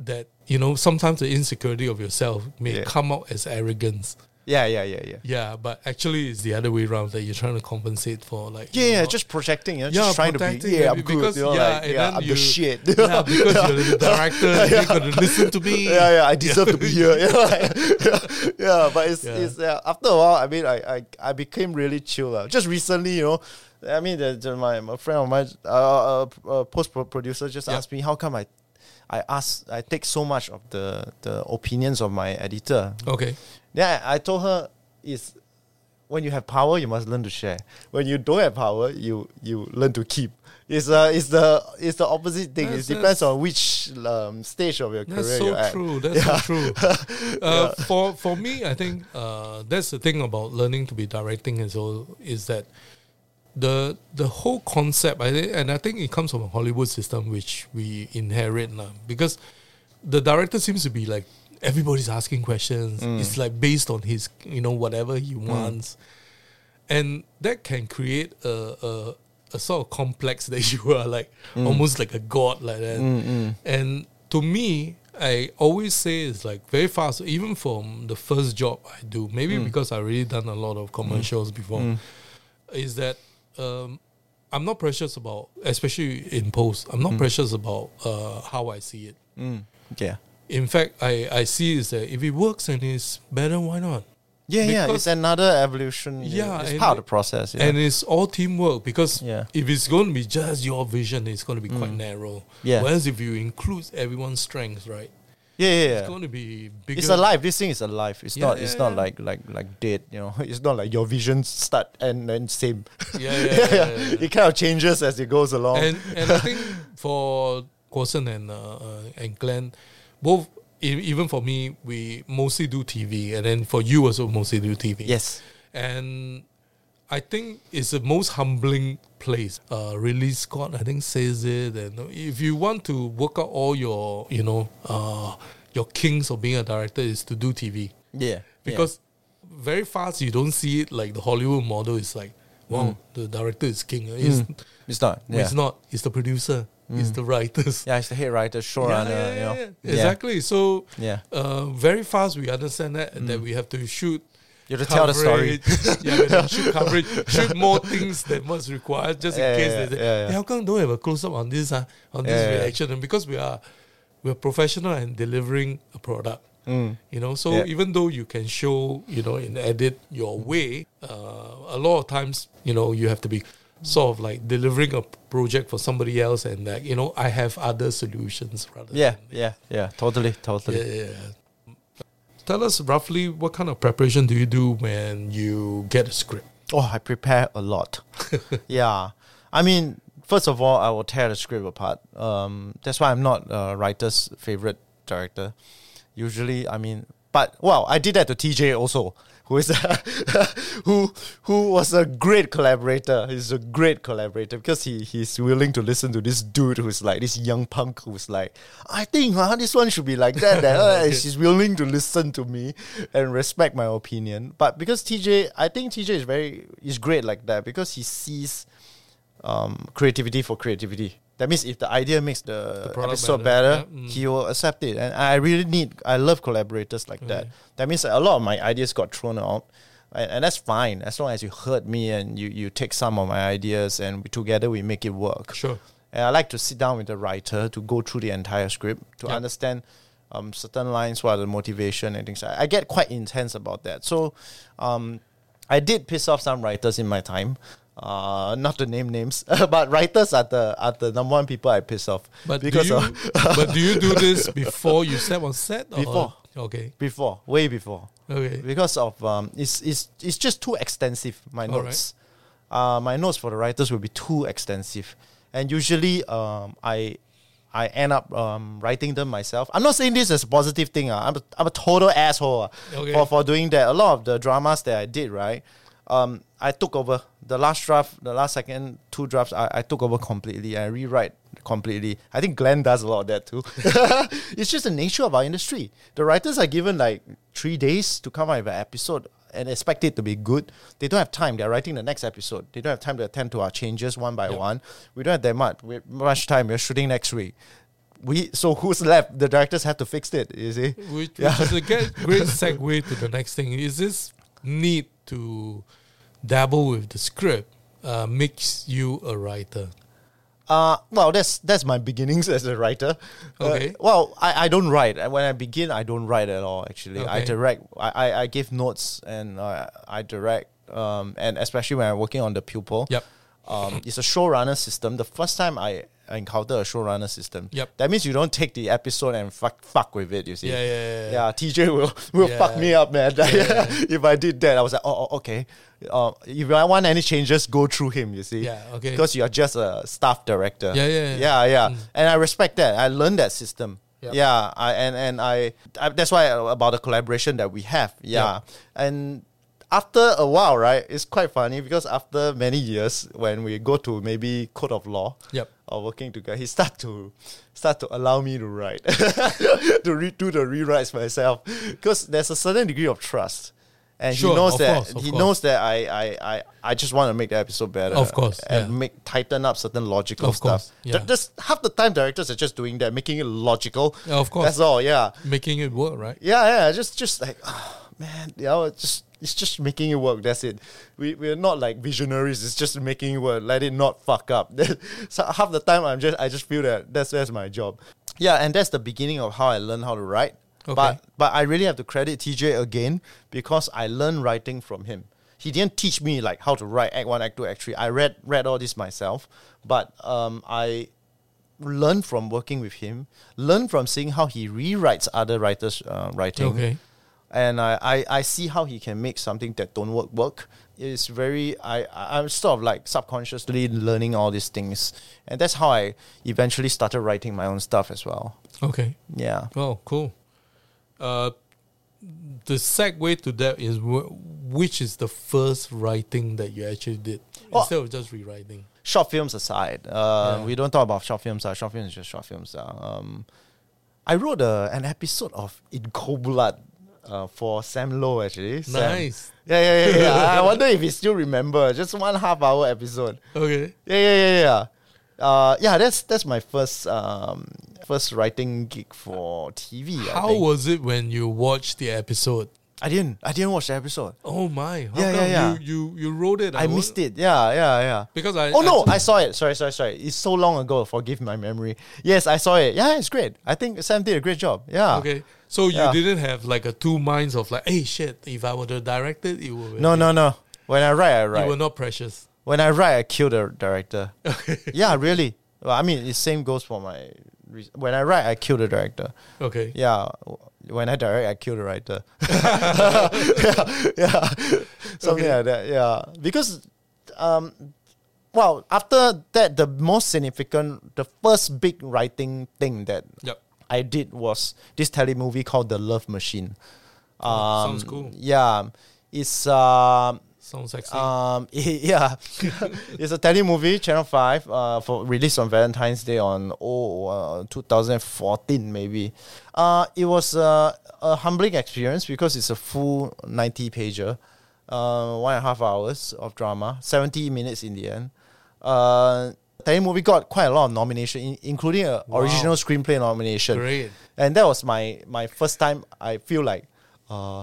[SPEAKER 1] that you know sometimes the insecurity of yourself may
[SPEAKER 2] Yeah.
[SPEAKER 1] come out as arrogance.
[SPEAKER 2] yeah yeah yeah yeah
[SPEAKER 1] Yeah, but actually it's the other way around that you're trying to compensate for like
[SPEAKER 2] yeah, yeah,
[SPEAKER 1] not-
[SPEAKER 2] just projecting, you know,
[SPEAKER 1] Yeah,
[SPEAKER 2] just trying to be,
[SPEAKER 1] protecting
[SPEAKER 2] yeah,
[SPEAKER 1] it
[SPEAKER 2] I'm good,
[SPEAKER 1] because-
[SPEAKER 2] you know,
[SPEAKER 1] yeah,
[SPEAKER 2] like,
[SPEAKER 1] and
[SPEAKER 2] yeah,
[SPEAKER 1] then
[SPEAKER 2] I'm
[SPEAKER 1] you-
[SPEAKER 2] the shit.
[SPEAKER 1] yeah, because you're the director, they're gonna listen to me.
[SPEAKER 2] yeah, yeah, I deserve to be here. Yeah, like- yeah, but it's,
[SPEAKER 1] Yeah.
[SPEAKER 2] it's uh, after a while. I mean, I I, I became really chill. Uh. Just recently, you know, I mean, the, the, my, my friend of mine, uh, uh, post producer, just
[SPEAKER 1] Yeah.
[SPEAKER 2] asked me how come I, I ask I take so much of the the opinions of my editor.
[SPEAKER 1] Okay.
[SPEAKER 2] Yeah, I, I told her is. When you have power, you must learn to share. When you don't have power, you you learn to keep. It's uh, it's the it's the opposite thing.
[SPEAKER 1] That's-
[SPEAKER 2] it depends on which um, stage of your
[SPEAKER 1] That's
[SPEAKER 2] career
[SPEAKER 1] so
[SPEAKER 2] you're at.
[SPEAKER 1] true. That's so true. Uh, For for me, I think uh, that's the thing about learning to be directing is all is that the the whole concept. I think, and I think it comes from a Hollywood system which we inherit now because the director seems to be like everybody's asking questions.
[SPEAKER 2] Mm.
[SPEAKER 1] It's like based on his you know whatever he wants, and that can create a. a a sort of complex that you are like almost like a god like that and to me, I always say it's like very fast, even from the first job I do, maybe because I already done a lot of commercials before, is that um, I'm not precious about, especially in post, I'm not precious about uh, how I see it.
[SPEAKER 2] Yeah.
[SPEAKER 1] In fact, I, I see is that if it works and it's better, why not?
[SPEAKER 2] Yeah, yeah.
[SPEAKER 1] Because-
[SPEAKER 2] It's another evolution. you know,
[SPEAKER 1] Yeah,
[SPEAKER 2] It's
[SPEAKER 1] and
[SPEAKER 2] part of
[SPEAKER 1] it-
[SPEAKER 2] the process. Yeah.
[SPEAKER 1] And it's all teamwork because
[SPEAKER 2] Yeah. Mm.
[SPEAKER 1] if it's going to be just your vision, it's going to be quite narrow.
[SPEAKER 2] Yeah.
[SPEAKER 1] Whereas if you include everyone's strengths, right,
[SPEAKER 2] yeah, yeah, yeah.
[SPEAKER 1] it's going to be bigger.
[SPEAKER 2] It's alive. This thing is alive. It's
[SPEAKER 1] Yeah,
[SPEAKER 2] not.
[SPEAKER 1] yeah,
[SPEAKER 2] it's not
[SPEAKER 1] yeah.
[SPEAKER 2] like like like dead. You know. It's not like your vision start and and same.
[SPEAKER 1] Yeah, yeah, yeah, yeah, yeah.
[SPEAKER 2] It kind of changes as it goes along.
[SPEAKER 1] and and I think for Corson and uh, uh, and Glenn, both e- even for me, we mostly do TV, and then for you also mostly do TV.
[SPEAKER 2] yes.
[SPEAKER 1] and I think it's the most humbling place. Uh, really, Scott, I think says it. And if you want to work out all your, you know, uh, your kings of being a director is to do TV
[SPEAKER 2] Yeah.
[SPEAKER 1] because very fast you don't see it like the Hollywood model is like, wow, the director is king. It's,
[SPEAKER 2] yeah. it's not.
[SPEAKER 1] but
[SPEAKER 2] Mm. Yeah. Mm.
[SPEAKER 1] It's not. It's the producer. It's the writers.
[SPEAKER 2] Yeah. It's the head writer,
[SPEAKER 1] Yeah,
[SPEAKER 2] showrunner.
[SPEAKER 1] yeah,
[SPEAKER 2] you
[SPEAKER 1] yeah,
[SPEAKER 2] know.
[SPEAKER 1] yeah. Exactly. So,
[SPEAKER 2] Yeah. Mm.
[SPEAKER 1] uh, very fast we understand that and that we have to shoot.
[SPEAKER 2] You have to tell the story.
[SPEAKER 1] coverage. yeah, we have to shoot coverage. Shoot more things than what's required, just in
[SPEAKER 2] Yeah,
[SPEAKER 1] case
[SPEAKER 2] yeah,
[SPEAKER 1] they say,
[SPEAKER 2] yeah, yeah.
[SPEAKER 1] "Hey, how come don't have a close up on this, uh, on this
[SPEAKER 2] Yeah, yeah.
[SPEAKER 1] reaction?" And because we are, we're professional and delivering a product. You know, so
[SPEAKER 2] Mm. Yeah.
[SPEAKER 1] even though you can show, you know, in edit your way, uh, a lot of times, you know, you have to be sort of like delivering a project for somebody else, and like, you know, I have other solutions rather.
[SPEAKER 2] Yeah.
[SPEAKER 1] than-
[SPEAKER 2] Yeah. Yeah. Totally. Totally.
[SPEAKER 1] yeah, yeah, yeah. Tell us roughly what kind of preparation do you do when you get a script?
[SPEAKER 2] Oh, I prepare a lot. yeah. I mean, first of all, I will tear the script apart. Um, that's why I'm not a writer's favorite director. Usually, I mean, but well, I did that to TJ also, who is who who was a great collaborator. He's a great collaborator because he he's willing to listen to this dude who's like this young punk who's like, I think huh, this one should be like that. that uh,
[SPEAKER 1] Okay.
[SPEAKER 2] She's willing to listen to me and respect my opinion. But because TJ, I think TJ is very is great like that because he sees um, creativity for creativity. That means if the idea makes the,
[SPEAKER 1] The product
[SPEAKER 2] episode
[SPEAKER 1] better,
[SPEAKER 2] better,
[SPEAKER 1] yeah, mm.
[SPEAKER 2] he will accept it. And I really need, I love collaborators like that.
[SPEAKER 1] Mm-hmm.
[SPEAKER 2] That means a lot of my ideas got thrown out. And, and that's fine as long as you heard me and you, you take some of my ideas and we, together we make it work.
[SPEAKER 1] Sure.
[SPEAKER 2] And I like to sit down with the writer to go through the entire script to
[SPEAKER 1] Yeah.
[SPEAKER 2] understand um, certain lines, what are the motivation and things. I, I get quite intense about that. So um, I did piss off some writers in my time. Uh, not to name names, but writers are the are the number one people I piss off
[SPEAKER 1] But
[SPEAKER 2] because
[SPEAKER 1] do you,
[SPEAKER 2] of,
[SPEAKER 1] but do you do this before you step on set? Or?
[SPEAKER 2] Before.
[SPEAKER 1] Okay.
[SPEAKER 2] before, way before.
[SPEAKER 1] Okay.
[SPEAKER 2] because of um, it's it's it's just too extensive. My
[SPEAKER 1] Alright.
[SPEAKER 2] notes, uh, my notes for the writers will be too extensive, and usually um, I I end up um, writing them myself. I'm not saying this as a positive thing. Uh. I'm a, I'm a total asshole ah,
[SPEAKER 1] Okay.
[SPEAKER 2] for for doing that. A lot of the dramas that I did right. Um, I took over the last draft, the last second two drafts. I, I took over completely. I rewrite completely. I think Glenn does a lot of that too. it's just the nature of our industry. The writers are given like three days to come out with an episode and expect it to be good. They don't have time. They're writing the next episode. They don't have time to attend to our changes one by one. We don't have that much. We much time. We're shooting next week. We so who's left? The directors have to fix it. You see.
[SPEAKER 1] Which, which
[SPEAKER 2] Yeah.
[SPEAKER 1] is a ge- great segue to the next thing. Is this need to dabble with the script uh, makes you a writer?
[SPEAKER 2] Uh, well, that's that's my beginnings as a writer. Uh,
[SPEAKER 1] Okay.
[SPEAKER 2] well, I, I don't write. Uh, When I begin, I don't write at all. Actually, I
[SPEAKER 1] Okay.
[SPEAKER 2] direct. I, I, I give notes and uh, I direct. Um, and especially when I'm working on the pupil.
[SPEAKER 1] Yep.
[SPEAKER 2] Um, it's a showrunner system. The first time I encounter a showrunner system.
[SPEAKER 1] Yep.
[SPEAKER 2] That means you don't take the episode and fuck fuck with it. You see.
[SPEAKER 1] Yeah, yeah, yeah, yeah.
[SPEAKER 2] Yeah, TJ will will fuck
[SPEAKER 1] Yeah.
[SPEAKER 2] me up, man. if I did that, I was like, oh, oh, okay. Uh, if I want any changes, go through him. You see.
[SPEAKER 1] Yeah, okay.
[SPEAKER 2] Because you are just a staff director.
[SPEAKER 1] Yeah, yeah, yeah.
[SPEAKER 2] yeah, yeah. And I respect that. I learned that system.
[SPEAKER 1] Yep.
[SPEAKER 2] Yeah, I and and I, I that's why uh, about the collaboration that we have.
[SPEAKER 1] Yep.
[SPEAKER 2] Yeah, and after a while, right, it's quite funny because after many years, when we go to maybe court of law,
[SPEAKER 1] Yep.
[SPEAKER 2] or working together, he start to start to allow me to write, to re- do the rewrites myself, because there's a certain degree of trust. And he
[SPEAKER 1] Sure,
[SPEAKER 2] knows
[SPEAKER 1] of
[SPEAKER 2] that
[SPEAKER 1] course, of
[SPEAKER 2] he
[SPEAKER 1] course.
[SPEAKER 2] knows knows that I I, I, I just want to make the episode better.
[SPEAKER 1] Of course,
[SPEAKER 2] And
[SPEAKER 1] yeah.
[SPEAKER 2] make tighten up certain logical
[SPEAKER 1] Of
[SPEAKER 2] stuff.
[SPEAKER 1] course, yeah.
[SPEAKER 2] Th- Just half the time directors are just doing that, making it logical.
[SPEAKER 1] Yeah, of course.
[SPEAKER 2] That's all, yeah.
[SPEAKER 1] Making it work, right?
[SPEAKER 2] Yeah, yeah. Just just like ah, man, you know, it's just it's just making it work. That's it. We we're not like visionaries, it's just making it work. Let it not fuck up. so half the time I'm just I just feel that that's that's my job. Yeah, and that's the beginning of how I learned how to write.
[SPEAKER 1] Okay.
[SPEAKER 2] But but I really have to credit TJ again because I learned writing from him. He didn't teach me like how to write Act One, Act Two, Act Three. I read read all this myself, but um, I learned from working with him, learned from seeing how he rewrites other writers' uh, writing,
[SPEAKER 1] Okay.
[SPEAKER 2] and I, I I see how he can make something that don't work work. It's very I I- I'm sort of like subconsciously learning all these things, and that's how I eventually started writing my own stuff as well.
[SPEAKER 1] Okay.
[SPEAKER 2] Yeah.
[SPEAKER 1] Oh, cool. Uh, the segue to that is wh- which is the first writing that you actually did
[SPEAKER 2] Oh.
[SPEAKER 1] instead of just rewriting.
[SPEAKER 2] short films aside, uh,
[SPEAKER 1] Yeah.
[SPEAKER 2] we don't talk about short films. Uh, short films is just short films. Uh, um, I wrote uh, an episode of In Cold Blood uh, for Sam Lowe, actually. Sam.
[SPEAKER 1] Nice.
[SPEAKER 2] Yeah, yeah, yeah. yeah. I wonder if he still remember. Just one half hour episode.
[SPEAKER 1] Okay.
[SPEAKER 2] Yeah, yeah, yeah, yeah. Uh, yeah, that's that's my first um, first writing gig for TV. I,
[SPEAKER 1] How
[SPEAKER 2] think.
[SPEAKER 1] was it when you watched the episode?
[SPEAKER 2] I didn't I didn't watch the episode.
[SPEAKER 1] Oh my! How
[SPEAKER 2] Yeah, yeah,
[SPEAKER 1] come
[SPEAKER 2] yeah.
[SPEAKER 1] You, you you wrote it.
[SPEAKER 2] I
[SPEAKER 1] wa-
[SPEAKER 2] missed it. Yeah, yeah, yeah.
[SPEAKER 1] because I.
[SPEAKER 2] Oh no, I saw it. Sorry, sorry, sorry. It's so long ago. Forgive my memory. Yes, I saw it. Yeah, it's great. I think Sam did a great job. Yeah.
[SPEAKER 1] okay. So you
[SPEAKER 2] Ah. Yeah.
[SPEAKER 1] didn't have like a two minds of like, hey shit! If I were to direct it, it would.
[SPEAKER 2] No, no, no. When I write, I
[SPEAKER 1] you were
[SPEAKER 2] write.
[SPEAKER 1] not precious.
[SPEAKER 2] When I write, I kill the director. yeah, really. Well, I mean, the same goes for my. re- When I write, I kill the director.
[SPEAKER 1] Okay.
[SPEAKER 2] Yeah. When I direct, I kill the writer. yeah, yeah. Something
[SPEAKER 1] Okay.
[SPEAKER 2] like that. Yeah. Because, um, well, after that, the most significant, the first big writing thing that
[SPEAKER 1] Yep.
[SPEAKER 2] I did was this telemovie called The Love Machine. Um,
[SPEAKER 1] Oh, sounds cool.
[SPEAKER 2] Yeah, it's um,
[SPEAKER 1] Sounds sexy.
[SPEAKER 2] um, yeah, it's a telemovie, Channel Five, uh, for released on Valentine's Day on oh uh, 2014 maybe. Uh, it was uh, a humbling experience because it's a full 90 pager, uh, one and a half hours of drama, 70 minutes in the end. Uh, telemovie got quite a lot of nomination, in- including a
[SPEAKER 1] Wow.
[SPEAKER 2] original screenplay nomination.
[SPEAKER 1] Great.
[SPEAKER 2] And that was my my first time I feel like uh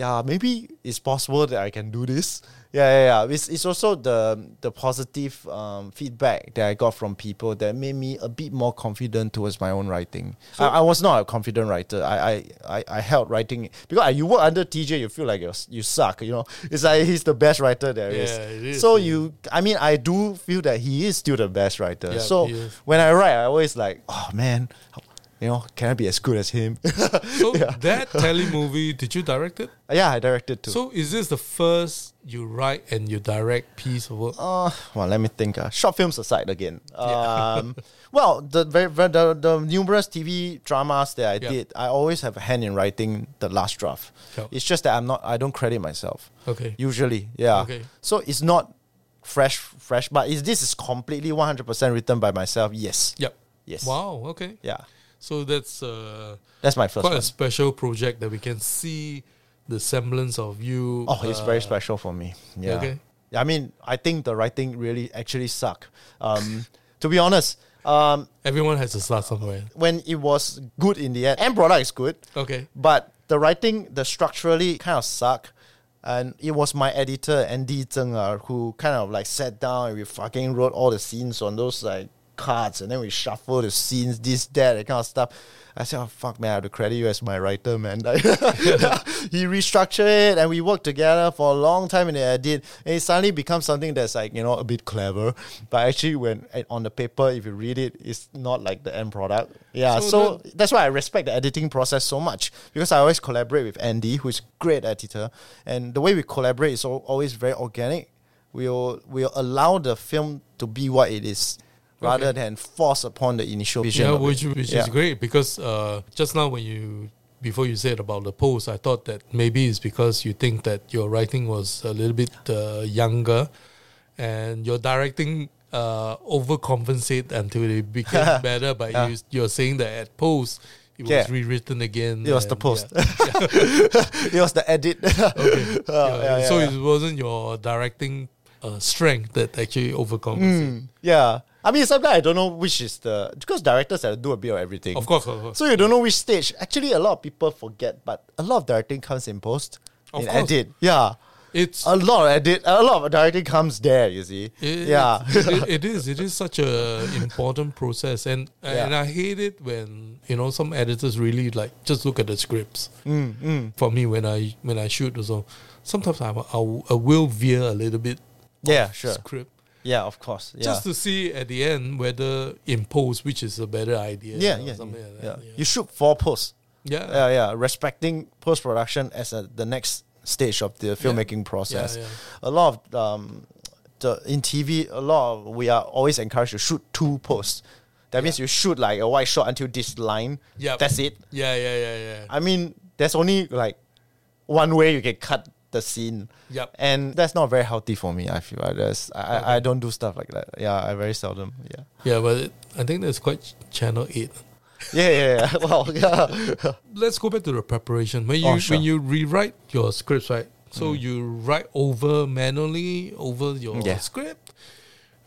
[SPEAKER 2] yeah, maybe it's possible that I can do this. yeah, yeah. It's, it's also the the positive um, feedback that I got from people that made me a bit more confident towards my own writing. I, I was not a confident writer. I I, I, I held writing because I- you work under TJ, you feel like you you suck. You know, it's like he's the best writer there is.
[SPEAKER 1] Yeah, it is,
[SPEAKER 2] So
[SPEAKER 1] yeah.
[SPEAKER 2] you, I mean, I do feel that he is still the best writer.
[SPEAKER 1] Yeah,
[SPEAKER 2] so
[SPEAKER 1] he is.
[SPEAKER 2] when I write, I always like, oh man. You know, can I be as good as him?
[SPEAKER 1] So that telemovie, did you direct it?
[SPEAKER 2] yeah, I directed too.
[SPEAKER 1] So is this the first you write and you direct piece of work?
[SPEAKER 2] Uh, well, let me think. Uh, short films aside again. Um, well, the, very, very, the the numerous TV dramas that I
[SPEAKER 1] Yeah.
[SPEAKER 2] did, I always have a hand in writing the last draft.
[SPEAKER 1] Yeah.
[SPEAKER 2] It's just that I'm not. I don't credit myself.
[SPEAKER 1] Okay.
[SPEAKER 2] Usually, yeah.
[SPEAKER 1] Okay.
[SPEAKER 2] So it's not fresh, fresh. But is this is completely 100 percent written by myself? Yes.
[SPEAKER 1] Yep.
[SPEAKER 2] Yes.
[SPEAKER 1] Wow. Okay.
[SPEAKER 2] Yeah.
[SPEAKER 1] So that's uh,
[SPEAKER 2] That's my first
[SPEAKER 1] quite a
[SPEAKER 2] one.
[SPEAKER 1] special project that we can see the semblance of you.
[SPEAKER 2] Oh, it's very
[SPEAKER 1] uh,
[SPEAKER 2] special for me. Yeah.
[SPEAKER 1] Okay.
[SPEAKER 2] I mean, I think the writing really actually suck. Um, to be honest. Um,
[SPEAKER 1] Everyone has to start somewhere.
[SPEAKER 2] when it was good in the end. End product is good,
[SPEAKER 1] Okay.
[SPEAKER 2] but the writing, the structurally kind of suck. And it was my editor Andy Zeng uh, who kind of like sat down and we fucking wrote all the scenes on those like cards and then we shuffle the scenes, this, that, that kind of stuff. I said, oh fuck man, I have to credit you as my writer, man. Like, he restructured it and we worked together for a long time in the edit. And it suddenly becomes something that's like, you know, a bit clever. But actually when eh, on the paper, if you read it, it's not like the end product. Yeah.
[SPEAKER 1] So
[SPEAKER 2] so
[SPEAKER 1] the-
[SPEAKER 2] that's why I respect the editing process so much because I always collaborate with Andy, who's a great editor, and the way we collaborate is al- always very organic. We'll we'll allow the film to be what it is, rather than force upon the initial vision.
[SPEAKER 1] Yeah,
[SPEAKER 2] of
[SPEAKER 1] which
[SPEAKER 2] it.
[SPEAKER 1] which
[SPEAKER 2] Yeah.
[SPEAKER 1] is great because uh, just now when you before you said about the post, I thought that maybe it's because you think that your writing was a little bit uh, younger, and your directing uh, overcompensate until it became better. But
[SPEAKER 2] Yeah.
[SPEAKER 1] you you're saying that at post it
[SPEAKER 2] Yeah.
[SPEAKER 1] was rewritten again.
[SPEAKER 2] It was the
[SPEAKER 1] and
[SPEAKER 2] post.
[SPEAKER 1] yeah.
[SPEAKER 2] it was the edit. Uh,
[SPEAKER 1] Yeah, so it wasn't your directing uh, strength that actually overcompensated.
[SPEAKER 2] yeah. I mean, sometimes I don't know which is the because directors have to do a bit of everything.
[SPEAKER 1] Of course, of course.
[SPEAKER 2] Hmm. So you don't know which stage. Actually, a lot of people forget, but a lot of directing comes in post,
[SPEAKER 1] Of
[SPEAKER 2] in
[SPEAKER 1] course.
[SPEAKER 2] edit. Yeah,
[SPEAKER 1] it's
[SPEAKER 2] a lot of edit, a lot of directing comes there. You see,
[SPEAKER 1] It-
[SPEAKER 2] yeah,
[SPEAKER 1] it's- it- it is. It is such a important process, and and
[SPEAKER 2] Yeah.
[SPEAKER 1] I hate it when you know some editors really like just look at the scripts.
[SPEAKER 2] Mm,
[SPEAKER 1] For me, when I when I shoot or so, sometimes I, I, I will veer a little bit
[SPEAKER 2] yeah, sure,
[SPEAKER 1] script
[SPEAKER 2] yeah, of course, yeah,
[SPEAKER 1] just to see at the end whether in post which is a better idea. or
[SPEAKER 2] yeah, yeah,
[SPEAKER 1] something
[SPEAKER 2] yeah,
[SPEAKER 1] like
[SPEAKER 2] yeah.
[SPEAKER 1] that.
[SPEAKER 2] You uh, shoot four posts.
[SPEAKER 1] Yeah.
[SPEAKER 2] yeah, yeah. Respecting post production as a, the next stage of the filmmaking process.
[SPEAKER 1] yeah.
[SPEAKER 2] A lot of um, the in TV, a lot of, we are always encouraged to shoot two posts. That means you shoot like a wide shot until this line.
[SPEAKER 1] Yep.
[SPEAKER 2] that's it.
[SPEAKER 1] yeah, yeah, yeah, yeah.
[SPEAKER 2] I mean, there's only like one way you can cut the scene.
[SPEAKER 1] Yup.
[SPEAKER 2] And that's not very healthy for me. I feel I just, I, I I don't do stuff like that. Yeah, I very seldom. Yeah.
[SPEAKER 1] yeah, but it, I think that's quite ch- channel eight.
[SPEAKER 2] Yeah, yeah, yeah. well, yeah.
[SPEAKER 1] let's go back to the preparation. When you
[SPEAKER 2] Oh, sure.
[SPEAKER 1] when
[SPEAKER 2] Mm-hmm.
[SPEAKER 1] you rewrite your scripts, right? So you write over manually over your
[SPEAKER 2] Yeah.
[SPEAKER 1] script,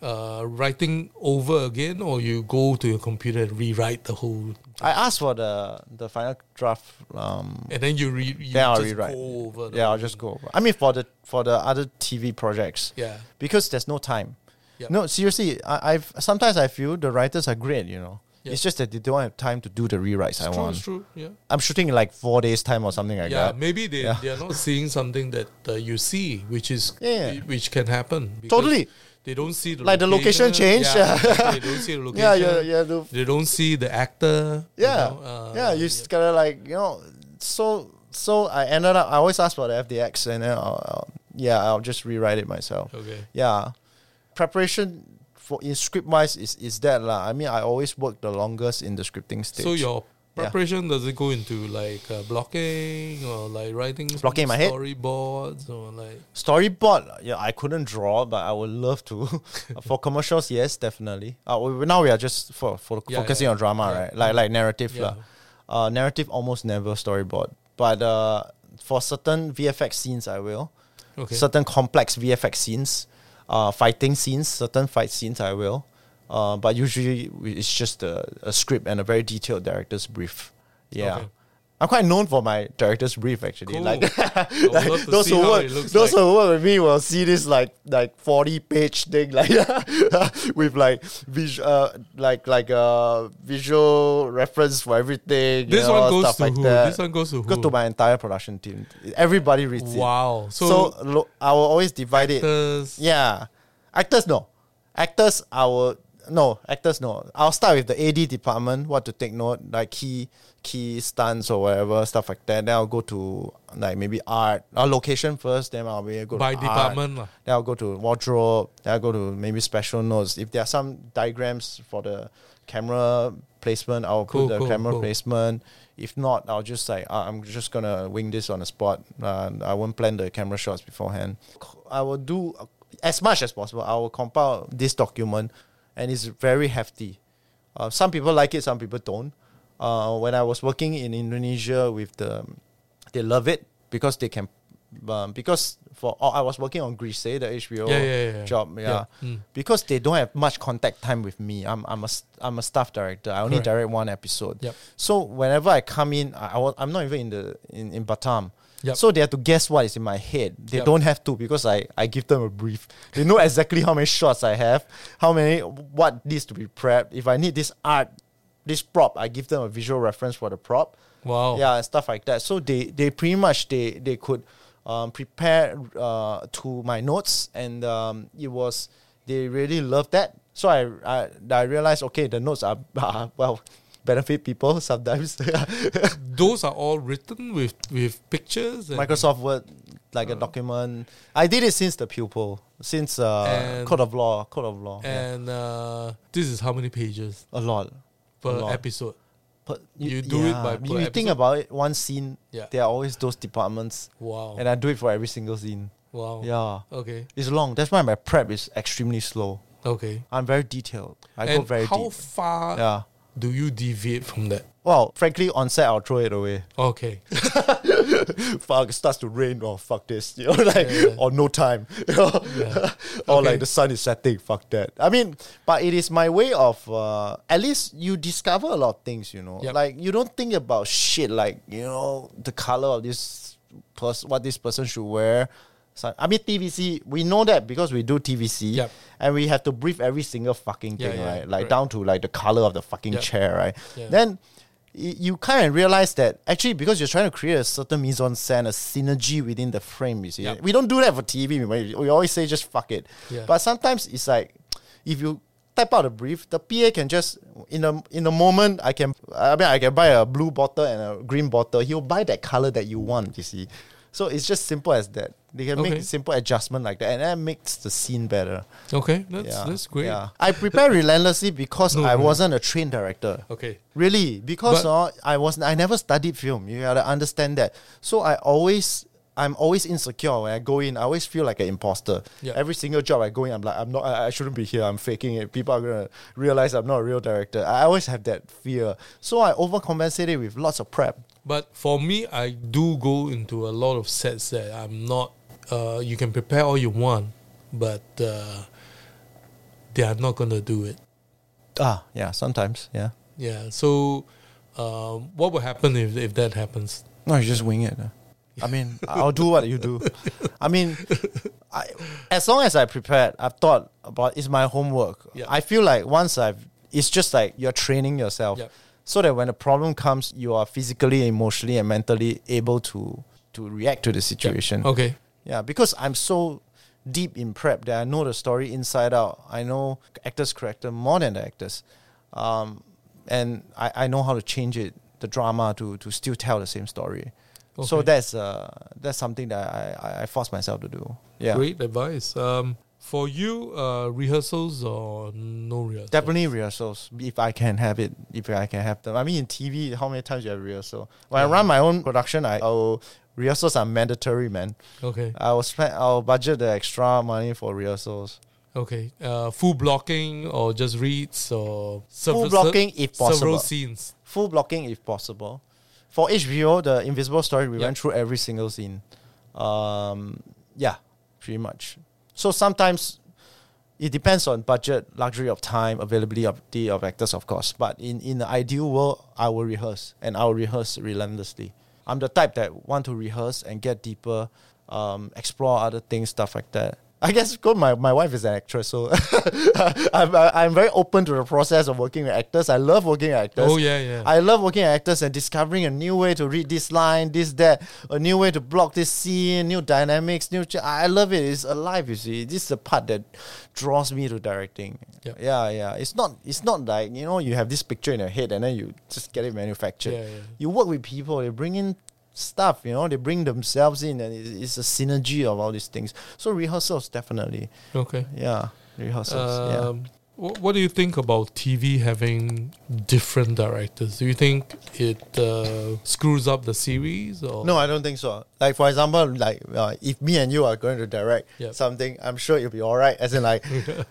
[SPEAKER 1] uh, writing over again, or you go to your computer and rewrite the whole,
[SPEAKER 2] I asked for the the final draft. Um,
[SPEAKER 1] and then you re you
[SPEAKER 2] then I'll
[SPEAKER 1] just
[SPEAKER 2] rewrite.
[SPEAKER 1] go over. the
[SPEAKER 2] yeah, I'll
[SPEAKER 1] whole-
[SPEAKER 2] just go. Over. I mean, for the for the other TV projects.
[SPEAKER 1] Yeah.
[SPEAKER 2] Because there's no time.
[SPEAKER 1] Yup.
[SPEAKER 2] No, seriously. I, I've sometimes I feel the writers are great. You know,
[SPEAKER 1] Yeah.
[SPEAKER 2] it's just that they don't have time to do the rewrites I
[SPEAKER 1] It's true,
[SPEAKER 2] want.
[SPEAKER 1] it's true. Yeah,
[SPEAKER 2] I'm shooting in like four days time or something like
[SPEAKER 1] yeah.
[SPEAKER 2] that.
[SPEAKER 1] Maybe they
[SPEAKER 2] Yeah.
[SPEAKER 1] they are not seeing something that uh, you see, which is
[SPEAKER 2] Yeah.
[SPEAKER 1] which can happen. because
[SPEAKER 2] Totally.
[SPEAKER 1] They don't see the
[SPEAKER 2] Like the location change.
[SPEAKER 1] Yeah, they don't see the location.
[SPEAKER 2] Yeah, yeah, yeah. the-
[SPEAKER 1] They don't see the actor. you
[SPEAKER 2] Yeah,
[SPEAKER 1] know, uh,
[SPEAKER 2] yeah. You just gotta like you know. So so I ended up. I always ask for the FDX, and then I'll, I'll- yeah, I'll just rewrite it myself.
[SPEAKER 1] Okay.
[SPEAKER 2] Yeah, preparation for in script wise is is that lah. I mean, I always work the longest in the scripting stage.
[SPEAKER 1] So your
[SPEAKER 2] Yeah.
[SPEAKER 1] preparation does it go into like uh, blocking or like writing
[SPEAKER 2] Blocking my head?
[SPEAKER 1] storyboards or like
[SPEAKER 2] storyboard. Yeah, I couldn't draw, but I would love to. for commercials, yes, definitely. Uh, we, now we are just for, for
[SPEAKER 1] Yeah,
[SPEAKER 2] focusing
[SPEAKER 1] yeah,
[SPEAKER 2] on drama,
[SPEAKER 1] yeah.
[SPEAKER 2] right? Like like narrative
[SPEAKER 1] Yeah.
[SPEAKER 2] lah. Uh, narrative almost never storyboard, but uh, for certain VFX scenes, I will.
[SPEAKER 1] okay
[SPEAKER 2] certain complex VFX scenes, uh, fighting scenes, certain fight scenes I will. Uh, but usually we- it's just a, a script and a very detailed director's brief. Yeah.
[SPEAKER 1] Okay.
[SPEAKER 2] I'm quite known for my director's brief actually.
[SPEAKER 1] Cool.
[SPEAKER 2] Like
[SPEAKER 1] I would love to
[SPEAKER 2] those
[SPEAKER 1] see
[SPEAKER 2] who
[SPEAKER 1] how
[SPEAKER 2] work,
[SPEAKER 1] it looks
[SPEAKER 2] those
[SPEAKER 1] like.
[SPEAKER 2] who work with me will see this like like forty page thing like with like vis- uh, like like uh, visual reference for everything. you
[SPEAKER 1] This
[SPEAKER 2] know,
[SPEAKER 1] one goes
[SPEAKER 2] stuff
[SPEAKER 1] to
[SPEAKER 2] like
[SPEAKER 1] who?
[SPEAKER 2] that.
[SPEAKER 1] This one goes to
[SPEAKER 2] Goes
[SPEAKER 1] who?
[SPEAKER 2] to my entire production team. Everybody reads it.
[SPEAKER 1] Wow. So,
[SPEAKER 2] So, lo- I will always divide it.
[SPEAKER 1] actors-
[SPEAKER 2] Yeah, actors no, actors I will no actors no. I'll start with the AD department. What to take note, like key key stunts or whatever stuff like that. Then I'll go to like maybe art, uh, location first. Then I'll be go
[SPEAKER 1] by
[SPEAKER 2] to art.
[SPEAKER 1] department lah.
[SPEAKER 2] Then I'll go to wardrobe. Then I'll go to maybe special notes. If there are some diagrams for the camera placement, I'll
[SPEAKER 1] Cool,
[SPEAKER 2] put the
[SPEAKER 1] cool,
[SPEAKER 2] camera
[SPEAKER 1] cool.
[SPEAKER 2] placement. If not, I'll just say uh, I'm just gonna wing this on the spot. Uh, I won't plan the camera shots beforehand. I will do uh, as much as possible. I will compile this document, and it's very hefty. Uh, some people like it, some people don't. Uh, when I was working in Indonesia with the, they love it because they can, um, because for oh, I was working on Greece, eh, the HBO
[SPEAKER 1] Yeah, yeah, yeah, yeah.
[SPEAKER 2] job, yeah,
[SPEAKER 1] Yeah, mm.
[SPEAKER 2] because they don't have much contact time with me. I'm I'm a s- I'm a staff director. I only
[SPEAKER 1] Correct.
[SPEAKER 2] direct one episode.
[SPEAKER 1] Yep.
[SPEAKER 2] So whenever I come in, I, I was, I'm not even in the in, in Batam.
[SPEAKER 1] Yep.
[SPEAKER 2] So they have to guess what is in my head. They
[SPEAKER 1] Yep.
[SPEAKER 2] don't have to because I, I give them a brief. They know exactly how many shots I have, how many what needs to be prepped. If I need this art, this prop, I give them a visual reference for the prop.
[SPEAKER 1] Wow.
[SPEAKER 2] Yeah, and stuff like that. So they they pretty much they they could um, prepare uh, to my notes, and um, it was they really loved that. So I I, I realized okay, the notes are, are well benefit people sometimes.
[SPEAKER 1] Those are all written with with pictures and
[SPEAKER 2] Microsoft Word, like
[SPEAKER 1] Uh.
[SPEAKER 2] a document. I did it since the pupil, since uh,
[SPEAKER 1] And-
[SPEAKER 2] code of law, code of law. yeah.
[SPEAKER 1] and uh, this is how many pages
[SPEAKER 2] A lot.
[SPEAKER 1] per
[SPEAKER 2] a lot.
[SPEAKER 1] episode.
[SPEAKER 2] But
[SPEAKER 1] you do it by
[SPEAKER 2] You
[SPEAKER 1] per
[SPEAKER 2] you think
[SPEAKER 1] episode?
[SPEAKER 2] about it, one scene,
[SPEAKER 1] Yeah.
[SPEAKER 2] there are always those departments,
[SPEAKER 1] Wow.
[SPEAKER 2] and I do it for every single scene.
[SPEAKER 1] wow.
[SPEAKER 2] Yeah.
[SPEAKER 1] Okay.
[SPEAKER 2] It's long. That's why my prep is extremely slow.
[SPEAKER 1] Okay.
[SPEAKER 2] I'm very detailed. I
[SPEAKER 1] and
[SPEAKER 2] go very
[SPEAKER 1] how
[SPEAKER 2] deep.
[SPEAKER 1] far
[SPEAKER 2] yeah.
[SPEAKER 1] do you deviate from that?
[SPEAKER 2] Well, frankly, on set I'll throw it away.
[SPEAKER 1] Okay.
[SPEAKER 2] fuck, it starts to rain. Oh, fuck this. You know, like
[SPEAKER 1] Yeah.
[SPEAKER 2] or no time. You know, or
[SPEAKER 1] Okay.
[SPEAKER 2] like the sun is setting. Fuck that. I mean, but it is my way of uh, at least you discover a lot of things. You know,
[SPEAKER 1] Yep.
[SPEAKER 2] like you don't think about shit like you know the color of this person, what this person should wear. So, I mean, TVC. We know that because we do TVC,
[SPEAKER 1] Yep.
[SPEAKER 2] and we have to brief every single fucking
[SPEAKER 1] Yeah,
[SPEAKER 2] thing,
[SPEAKER 1] yeah,
[SPEAKER 2] right? Like
[SPEAKER 1] correct.
[SPEAKER 2] down to like the color of the fucking
[SPEAKER 1] Yep.
[SPEAKER 2] chair, right?
[SPEAKER 1] Yeah.
[SPEAKER 2] Then y- you kind of realize that actually because you're trying to create a certain mise en scène, a synergy within the frame. You see,
[SPEAKER 1] Yep.
[SPEAKER 2] we don't do that for TV. We, we always say just fuck it.
[SPEAKER 1] Yeah.
[SPEAKER 2] But sometimes it's like if you type out a brief, the PA can just in a in a moment I can I mean I can buy a blue bottle and a green bottle. He'll buy that color that you want. You see, so it's just simple as that. They can
[SPEAKER 1] Okay.
[SPEAKER 2] make simple adjustment like that, and that makes the scene better.
[SPEAKER 1] Okay. That's that's great.
[SPEAKER 2] I prepare relentlessly because
[SPEAKER 1] No,
[SPEAKER 2] I
[SPEAKER 1] no.
[SPEAKER 2] wasn't a trained director.
[SPEAKER 1] Okay.
[SPEAKER 2] Really, because
[SPEAKER 1] But-
[SPEAKER 2] uh, I was I never studied film. You gotta understand that. So I always I'm always insecure when I go in. I always feel like an imposter.
[SPEAKER 1] Yeah.
[SPEAKER 2] Every single job I go in, I'm like I'm not. I, I shouldn't be here. I'm faking it. People are gonna realize I'm not a real director. I always have that fear. So I overcompensate it with lots of prep.
[SPEAKER 1] But for me, I do go into a lot of sets that I'm not. Uh, you can prepare all you want, but uh, they are not gonna do it.
[SPEAKER 2] Ah, yeah. Sometimes, yeah.
[SPEAKER 1] Yeah. So, um, what will happen if if that happens?
[SPEAKER 2] No, you just wing it. uh. I mean, I'll do what you do. I mean, I, as long as I prepared, I've thought about it's my homework.
[SPEAKER 1] Yeah.
[SPEAKER 2] I feel like once I've, it's just like you're training yourself
[SPEAKER 1] Yep.
[SPEAKER 2] so that when a problem comes, you are physically, emotionally, and mentally able to to react to the situation.
[SPEAKER 1] Okay.
[SPEAKER 2] Yeah, because I'm so deep in prep that I know the story inside out. I know actors, character more than the actors, um, and I, I know how to change it, the drama to to still tell the same story. So
[SPEAKER 1] Okay.
[SPEAKER 2] that's uh that's something that I, I I force myself to do. Yeah,
[SPEAKER 1] Great advice. Um, for you, uh, rehearsals or no rehearsals?
[SPEAKER 2] definitely rehearsals if I can have it, if I can have them. I mean, in TV, how many times you have rehearsal? When I run my own production, I oh rehearsals are mandatory, man.
[SPEAKER 1] Okay.
[SPEAKER 2] I will spend I'll budget the extra money for rehearsals.
[SPEAKER 1] Okay. Uh, full blocking or just reads or
[SPEAKER 2] Full
[SPEAKER 1] several-
[SPEAKER 2] blocking if
[SPEAKER 1] Several
[SPEAKER 2] possible.
[SPEAKER 1] scenes.
[SPEAKER 2] full blocking if possible. For HBO, the Invisible Story, we
[SPEAKER 1] Yeah.
[SPEAKER 2] went through every single scene. Um, yeah, pretty much. So sometimes it depends on budget, luxury of time, availability of the of actors, of course. But in in the ideal world, I will rehearse and I will rehearse relentlessly. I'm the type that want to rehearse and get deeper, um, explore other things, stuff like that. I guess good. My, my wife is an actress, so I'm I- I'm very open to the process of working with actors. I love working with actors.
[SPEAKER 1] Oh, yeah, yeah.
[SPEAKER 2] I love working with actors and discovering a new way to read this line, this that, a new way to block this scene, new dynamics, new. Ch- I love it. It's alive. You see, this is the part that draws me to directing.
[SPEAKER 1] Yeah.
[SPEAKER 2] yeah, yeah. It's not it's not like you know you have this picture in your head and then you just get it manufactured.
[SPEAKER 1] Yeah, yeah.
[SPEAKER 2] You work with people. They bring in stuff. You know, they bring themselves in, and it's, it's a synergy of all these things. So rehearsals definitely.
[SPEAKER 1] Okay.
[SPEAKER 2] Yeah, rehearsals. yeah.
[SPEAKER 1] Um, wh- What do you think about TV having different directors? Do you think it uh, screws up the series? Or
[SPEAKER 2] No, I don't think so. Like for example, like uh, if me and you are going to direct
[SPEAKER 1] Yep.
[SPEAKER 2] something, I'm sure it'll be all right. As in like,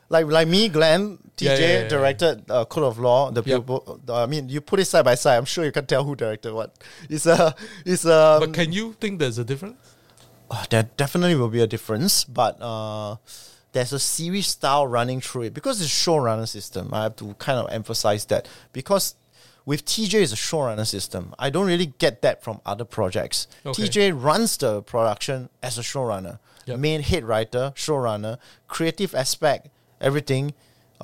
[SPEAKER 2] like like me, Glenn, TJ
[SPEAKER 1] Yeah, yeah, yeah, yeah.
[SPEAKER 2] directed uh, Code of Law. The
[SPEAKER 1] Yep.
[SPEAKER 2] people, I mean, you put it side by side. I'm sure you can tell who directed what. It's a, it's a.
[SPEAKER 1] but can you think there's a difference?
[SPEAKER 2] Oh, there definitely will be a difference, but uh, there's a series style running through it because it's showrunner system. I have to kind of emphasize that because with TJ it's a showrunner system. I don't really get that from other projects.
[SPEAKER 1] Okay.
[SPEAKER 2] TJ runs the production as a showrunner,
[SPEAKER 1] Yep.
[SPEAKER 2] main head writer, showrunner, creative aspect, everything.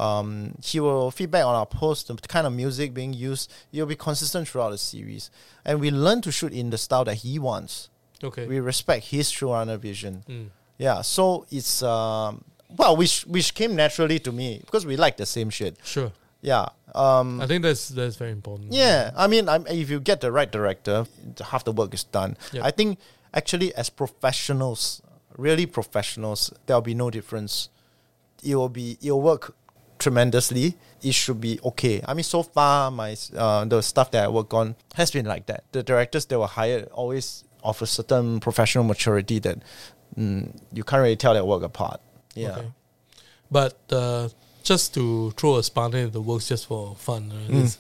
[SPEAKER 2] Um, he will feedback on our post, the kind of music being used. It will be consistent throughout the series, and we learn to shoot in the style that he wants
[SPEAKER 1] Okay.
[SPEAKER 2] we respect his showrunner vision.
[SPEAKER 1] Mm.
[SPEAKER 2] Yeah, so it's um well, which which came naturally to me because we like the same shit.
[SPEAKER 1] Sure.
[SPEAKER 2] Yeah, um,
[SPEAKER 1] I think that's that's very important.
[SPEAKER 2] yeah. I mean, I'm, if you get the right director, half the work is done.
[SPEAKER 1] Yep.
[SPEAKER 2] I think actually, as professionals, really professionals, there'll be no difference. It will be it'll work tremendously. It should be okay. I mean, so far, my uh, the stuff that I work on has been like that. The directors that were hired always of a certain professional maturity that mm, you can't really tell their work apart. Yeah.
[SPEAKER 1] Okay. But uh, just to throw a spanner in the works just for fun. right,
[SPEAKER 2] Mm.
[SPEAKER 1] it's-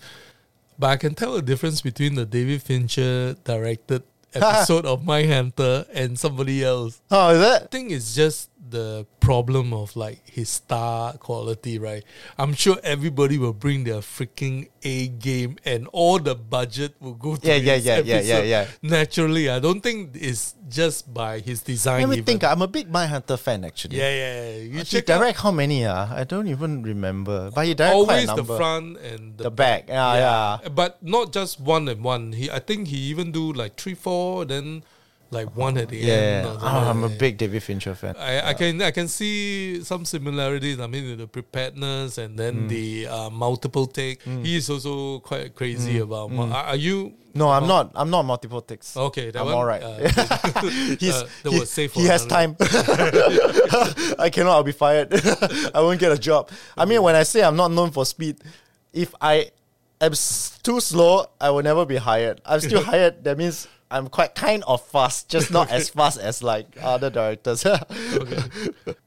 [SPEAKER 1] But I can tell the difference between the David Fincher directed episode of My Hunter and somebody else.
[SPEAKER 2] Oh, is
[SPEAKER 1] I
[SPEAKER 2] it?
[SPEAKER 1] think it's just the problem of like his star quality, right? I'm sure everybody will bring their freaking A game and all the budget will go to
[SPEAKER 2] Yeah, yeah,
[SPEAKER 1] his
[SPEAKER 2] yeah, yeah, yeah,
[SPEAKER 1] episode.
[SPEAKER 2] yeah.
[SPEAKER 1] Naturally, I don't think it's just by his design.
[SPEAKER 2] Let me
[SPEAKER 1] even.
[SPEAKER 2] think. I'm a big Mindhunter fan actually.
[SPEAKER 1] Yeah, yeah, yeah. You
[SPEAKER 2] He
[SPEAKER 1] check out
[SPEAKER 2] direct how many? Uh? I don't even remember. But he direct
[SPEAKER 1] always
[SPEAKER 2] quite a
[SPEAKER 1] the
[SPEAKER 2] number.
[SPEAKER 1] front and the,
[SPEAKER 2] the back. Yeah, yeah.
[SPEAKER 1] But not just one and one. He, I think he even do like three, four, then like one at the
[SPEAKER 2] Yeah,
[SPEAKER 1] end. or something
[SPEAKER 2] Oh, I'm a
[SPEAKER 1] like that.
[SPEAKER 2] big David Fincher fan.
[SPEAKER 1] I, I can I can see some similarities. I mean, the preparedness and then
[SPEAKER 2] Mm.
[SPEAKER 1] the uh, multiple take. He is also quite crazy
[SPEAKER 2] Mm.
[SPEAKER 1] about. mul- Are, are you
[SPEAKER 2] No, I'm
[SPEAKER 1] Oh.
[SPEAKER 2] not. I'm not multiple ticks.
[SPEAKER 1] okay? That one,
[SPEAKER 2] I'm all right.
[SPEAKER 1] Uh, He's,
[SPEAKER 2] He's,
[SPEAKER 1] Uh, that
[SPEAKER 2] he,
[SPEAKER 1] was safe.
[SPEAKER 2] he
[SPEAKER 1] for
[SPEAKER 2] has
[SPEAKER 1] another-
[SPEAKER 2] time. I cannot. I'll be fired. I won't get a job. I mean, when I say I'm not known for speed, if I am s- too slow, I will never be hired. I'm still hired. That means I'm quite kind of fast, just not as fast as like other directors.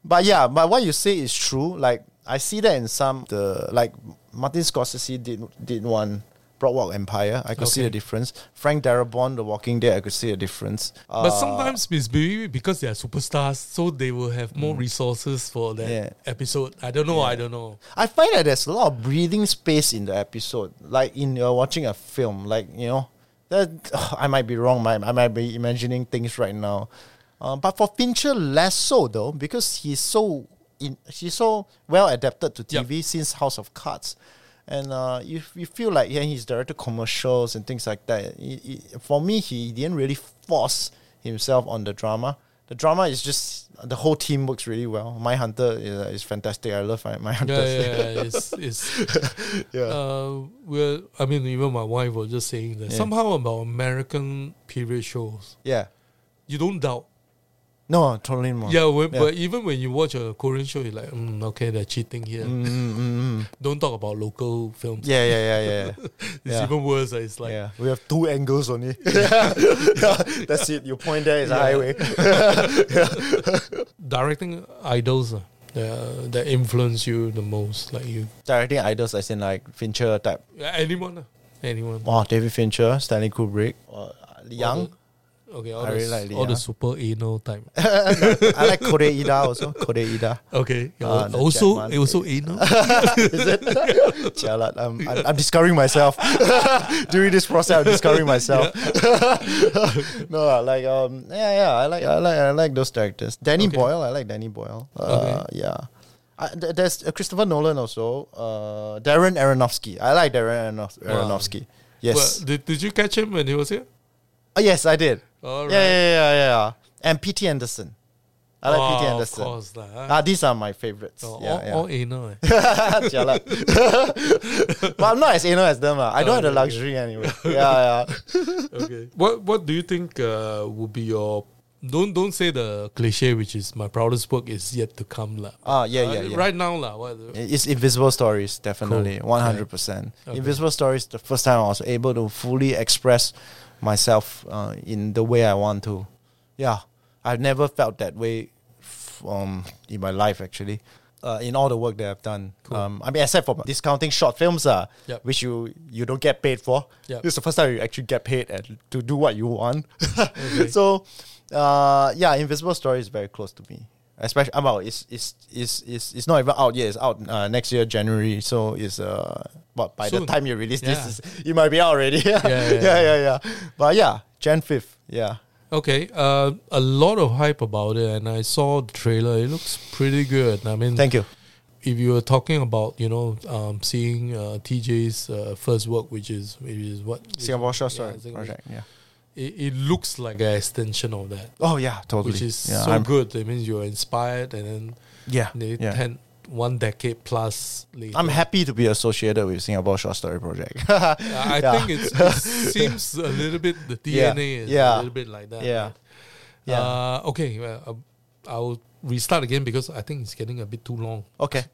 [SPEAKER 2] But yeah, but what you say is true. Like I see that in some the like Martin Scorsese did did one Broadwalk Empire. I could see
[SPEAKER 1] Okay.
[SPEAKER 2] the difference. Frank Darabont, The Walking Dead. I could see the difference. Uh,
[SPEAKER 1] But sometimes it's maybe because they are superstars, so they will have more resources for that
[SPEAKER 2] Mm. Yeah.
[SPEAKER 1] episode. I don't know. I don't know.
[SPEAKER 2] I find that there's a lot of breathing space in the episode, like in you're watching a film, like you know, that oh, I might be wrong, I, I might be imagining things right now, uh, but for Fincher less so though because he's so in, he's so well adapted to
[SPEAKER 1] Yep.
[SPEAKER 2] TV since House of Cards, and uh, you you feel like yeah he's directed commercials and things like that. He- he- for me, he didn't really force himself on the drama. The drama is just the whole team works really well. My Hunter is, is fantastic. I love My Hunter.
[SPEAKER 1] Yeah, yeah, yeah. It's, it's uh, we're, I mean, even my wife was just saying that
[SPEAKER 2] Yeah.
[SPEAKER 1] somehow about American period shows,
[SPEAKER 2] Yeah.
[SPEAKER 1] you don't doubt.
[SPEAKER 2] No, totally not.
[SPEAKER 1] Yeah, when,
[SPEAKER 2] Yeah.
[SPEAKER 1] but even when you watch a Korean show, you're like, mm, okay, they're cheating here.
[SPEAKER 2] Mm, mm, mm, mm.
[SPEAKER 1] Don't talk about local films.
[SPEAKER 2] Yeah, yeah, yeah, yeah. yeah.
[SPEAKER 1] It's
[SPEAKER 2] yeah.
[SPEAKER 1] even worse. It's like
[SPEAKER 2] yeah. We have two angles only. yeah, that's it. Your point there is a
[SPEAKER 1] Yeah.
[SPEAKER 2] highway.
[SPEAKER 1] directing idols uh, that, that influence you the most. Like you,
[SPEAKER 2] Directing idols, I in like Fincher type.
[SPEAKER 1] anyone, uh, anyone.
[SPEAKER 2] Oh, David Fincher, Stanley Kubrick, uh, Young.
[SPEAKER 1] Uh, Okay, all,
[SPEAKER 2] I
[SPEAKER 1] the,
[SPEAKER 2] really
[SPEAKER 1] s-
[SPEAKER 2] like Lee,
[SPEAKER 1] all the
[SPEAKER 2] huh?
[SPEAKER 1] super anal type.
[SPEAKER 2] I like Kore Ida also. Kore Ida.
[SPEAKER 1] Okay, yeah,
[SPEAKER 2] Ah, the
[SPEAKER 1] also
[SPEAKER 2] Jack one.
[SPEAKER 1] it also anal.
[SPEAKER 2] Is it? Jalat. I'm, I'm, I'm discovering myself. During this process, I'm discovering myself. no, I like um, yeah, yeah. I like, I like, I like those directors. Danny
[SPEAKER 1] Okay.
[SPEAKER 2] Boyle. I like Danny Boyle. Uh, Yeah. I, th- there's uh, Christopher Nolan also. Uh, Darren Aronofsky. I like Darren Aronof- Aronofsky. Yes.
[SPEAKER 1] Well, did, did you catch him when he was here?
[SPEAKER 2] Oh, yes, I did.
[SPEAKER 1] All
[SPEAKER 2] yeah,
[SPEAKER 1] right.
[SPEAKER 2] yeah, yeah, yeah, yeah. And P.T. Anderson. I like P.T.
[SPEAKER 1] Oh,
[SPEAKER 2] Anderson.
[SPEAKER 1] Of course, lah, huh?
[SPEAKER 2] Ah, these are my favorites.
[SPEAKER 1] Oh, all,
[SPEAKER 2] yeah,
[SPEAKER 1] all
[SPEAKER 2] yeah.
[SPEAKER 1] anal. eh.
[SPEAKER 2] Jalan. but I'm not as anal as them. Ah, I don't have the
[SPEAKER 1] Okay, okay.
[SPEAKER 2] luxury anyway. Yeah, yeah.
[SPEAKER 1] okay. What What do you think uh, would be your don't don't say the cliche which is my proudest work is yet to come lah.
[SPEAKER 2] Ah, yeah, yeah,
[SPEAKER 1] Uh,
[SPEAKER 2] yeah.
[SPEAKER 1] Right now lah. What,
[SPEAKER 2] It's Invisible Stories, definitely.
[SPEAKER 1] Cool.
[SPEAKER 2] 100%.
[SPEAKER 1] Okay.
[SPEAKER 2] Invisible Stories, the first time I was able to fully express myself uh, in the way I want to. Yeah, I've never felt that way f- um, in my life, actually. Uh, in all the work that I've done, um, I mean, except for discounting short films, uh,
[SPEAKER 1] Yep.
[SPEAKER 2] which you you don't get paid for.
[SPEAKER 1] Yep.
[SPEAKER 2] This is the first time you actually get paid and to do what you want.
[SPEAKER 1] Okay.
[SPEAKER 2] So, uh, yeah, Invisible Story is very close to me. Especially, ah, well, it's it's it's it's it's not even out yet. It's out uh, next year January. So it's uh, but by
[SPEAKER 1] Soon.
[SPEAKER 2] the time you release
[SPEAKER 1] Yeah.
[SPEAKER 2] this, is, it might be out already. yeah,
[SPEAKER 1] yeah,
[SPEAKER 2] yeah,
[SPEAKER 1] yeah.
[SPEAKER 2] yeah, yeah. But yeah, Jan fifth. Yeah,
[SPEAKER 1] okay. Uh, a lot of hype about it, and I saw the trailer. It looks pretty good. I mean,
[SPEAKER 2] thank you.
[SPEAKER 1] if you were talking about you know um, seeing uh, TJ's uh, first work, which is which is what
[SPEAKER 2] Singapore Short
[SPEAKER 1] yeah,
[SPEAKER 2] Story
[SPEAKER 1] Singapore-
[SPEAKER 2] project. Yeah.
[SPEAKER 1] It, it looks like an extension of that,
[SPEAKER 2] Oh yeah, totally.
[SPEAKER 1] which is
[SPEAKER 2] yeah,
[SPEAKER 1] so
[SPEAKER 2] I'm-
[SPEAKER 1] good. It means you're inspired, and then
[SPEAKER 2] Yeah,
[SPEAKER 1] they
[SPEAKER 2] yeah.
[SPEAKER 1] ten, one decade plus later.
[SPEAKER 2] I'm happy to be associated with Singapore Short Story Project.
[SPEAKER 1] Uh, I I
[SPEAKER 2] Yeah.
[SPEAKER 1] think it's, it seems a little bit the
[SPEAKER 2] Yeah.
[SPEAKER 1] DNA is a
[SPEAKER 2] Yeah.
[SPEAKER 1] little bit like that.
[SPEAKER 2] Yeah.
[SPEAKER 1] right?
[SPEAKER 2] Yeah.
[SPEAKER 1] Uh, okay. Well, uh, I'll restart again because I think it's getting a bit too long.
[SPEAKER 2] okay,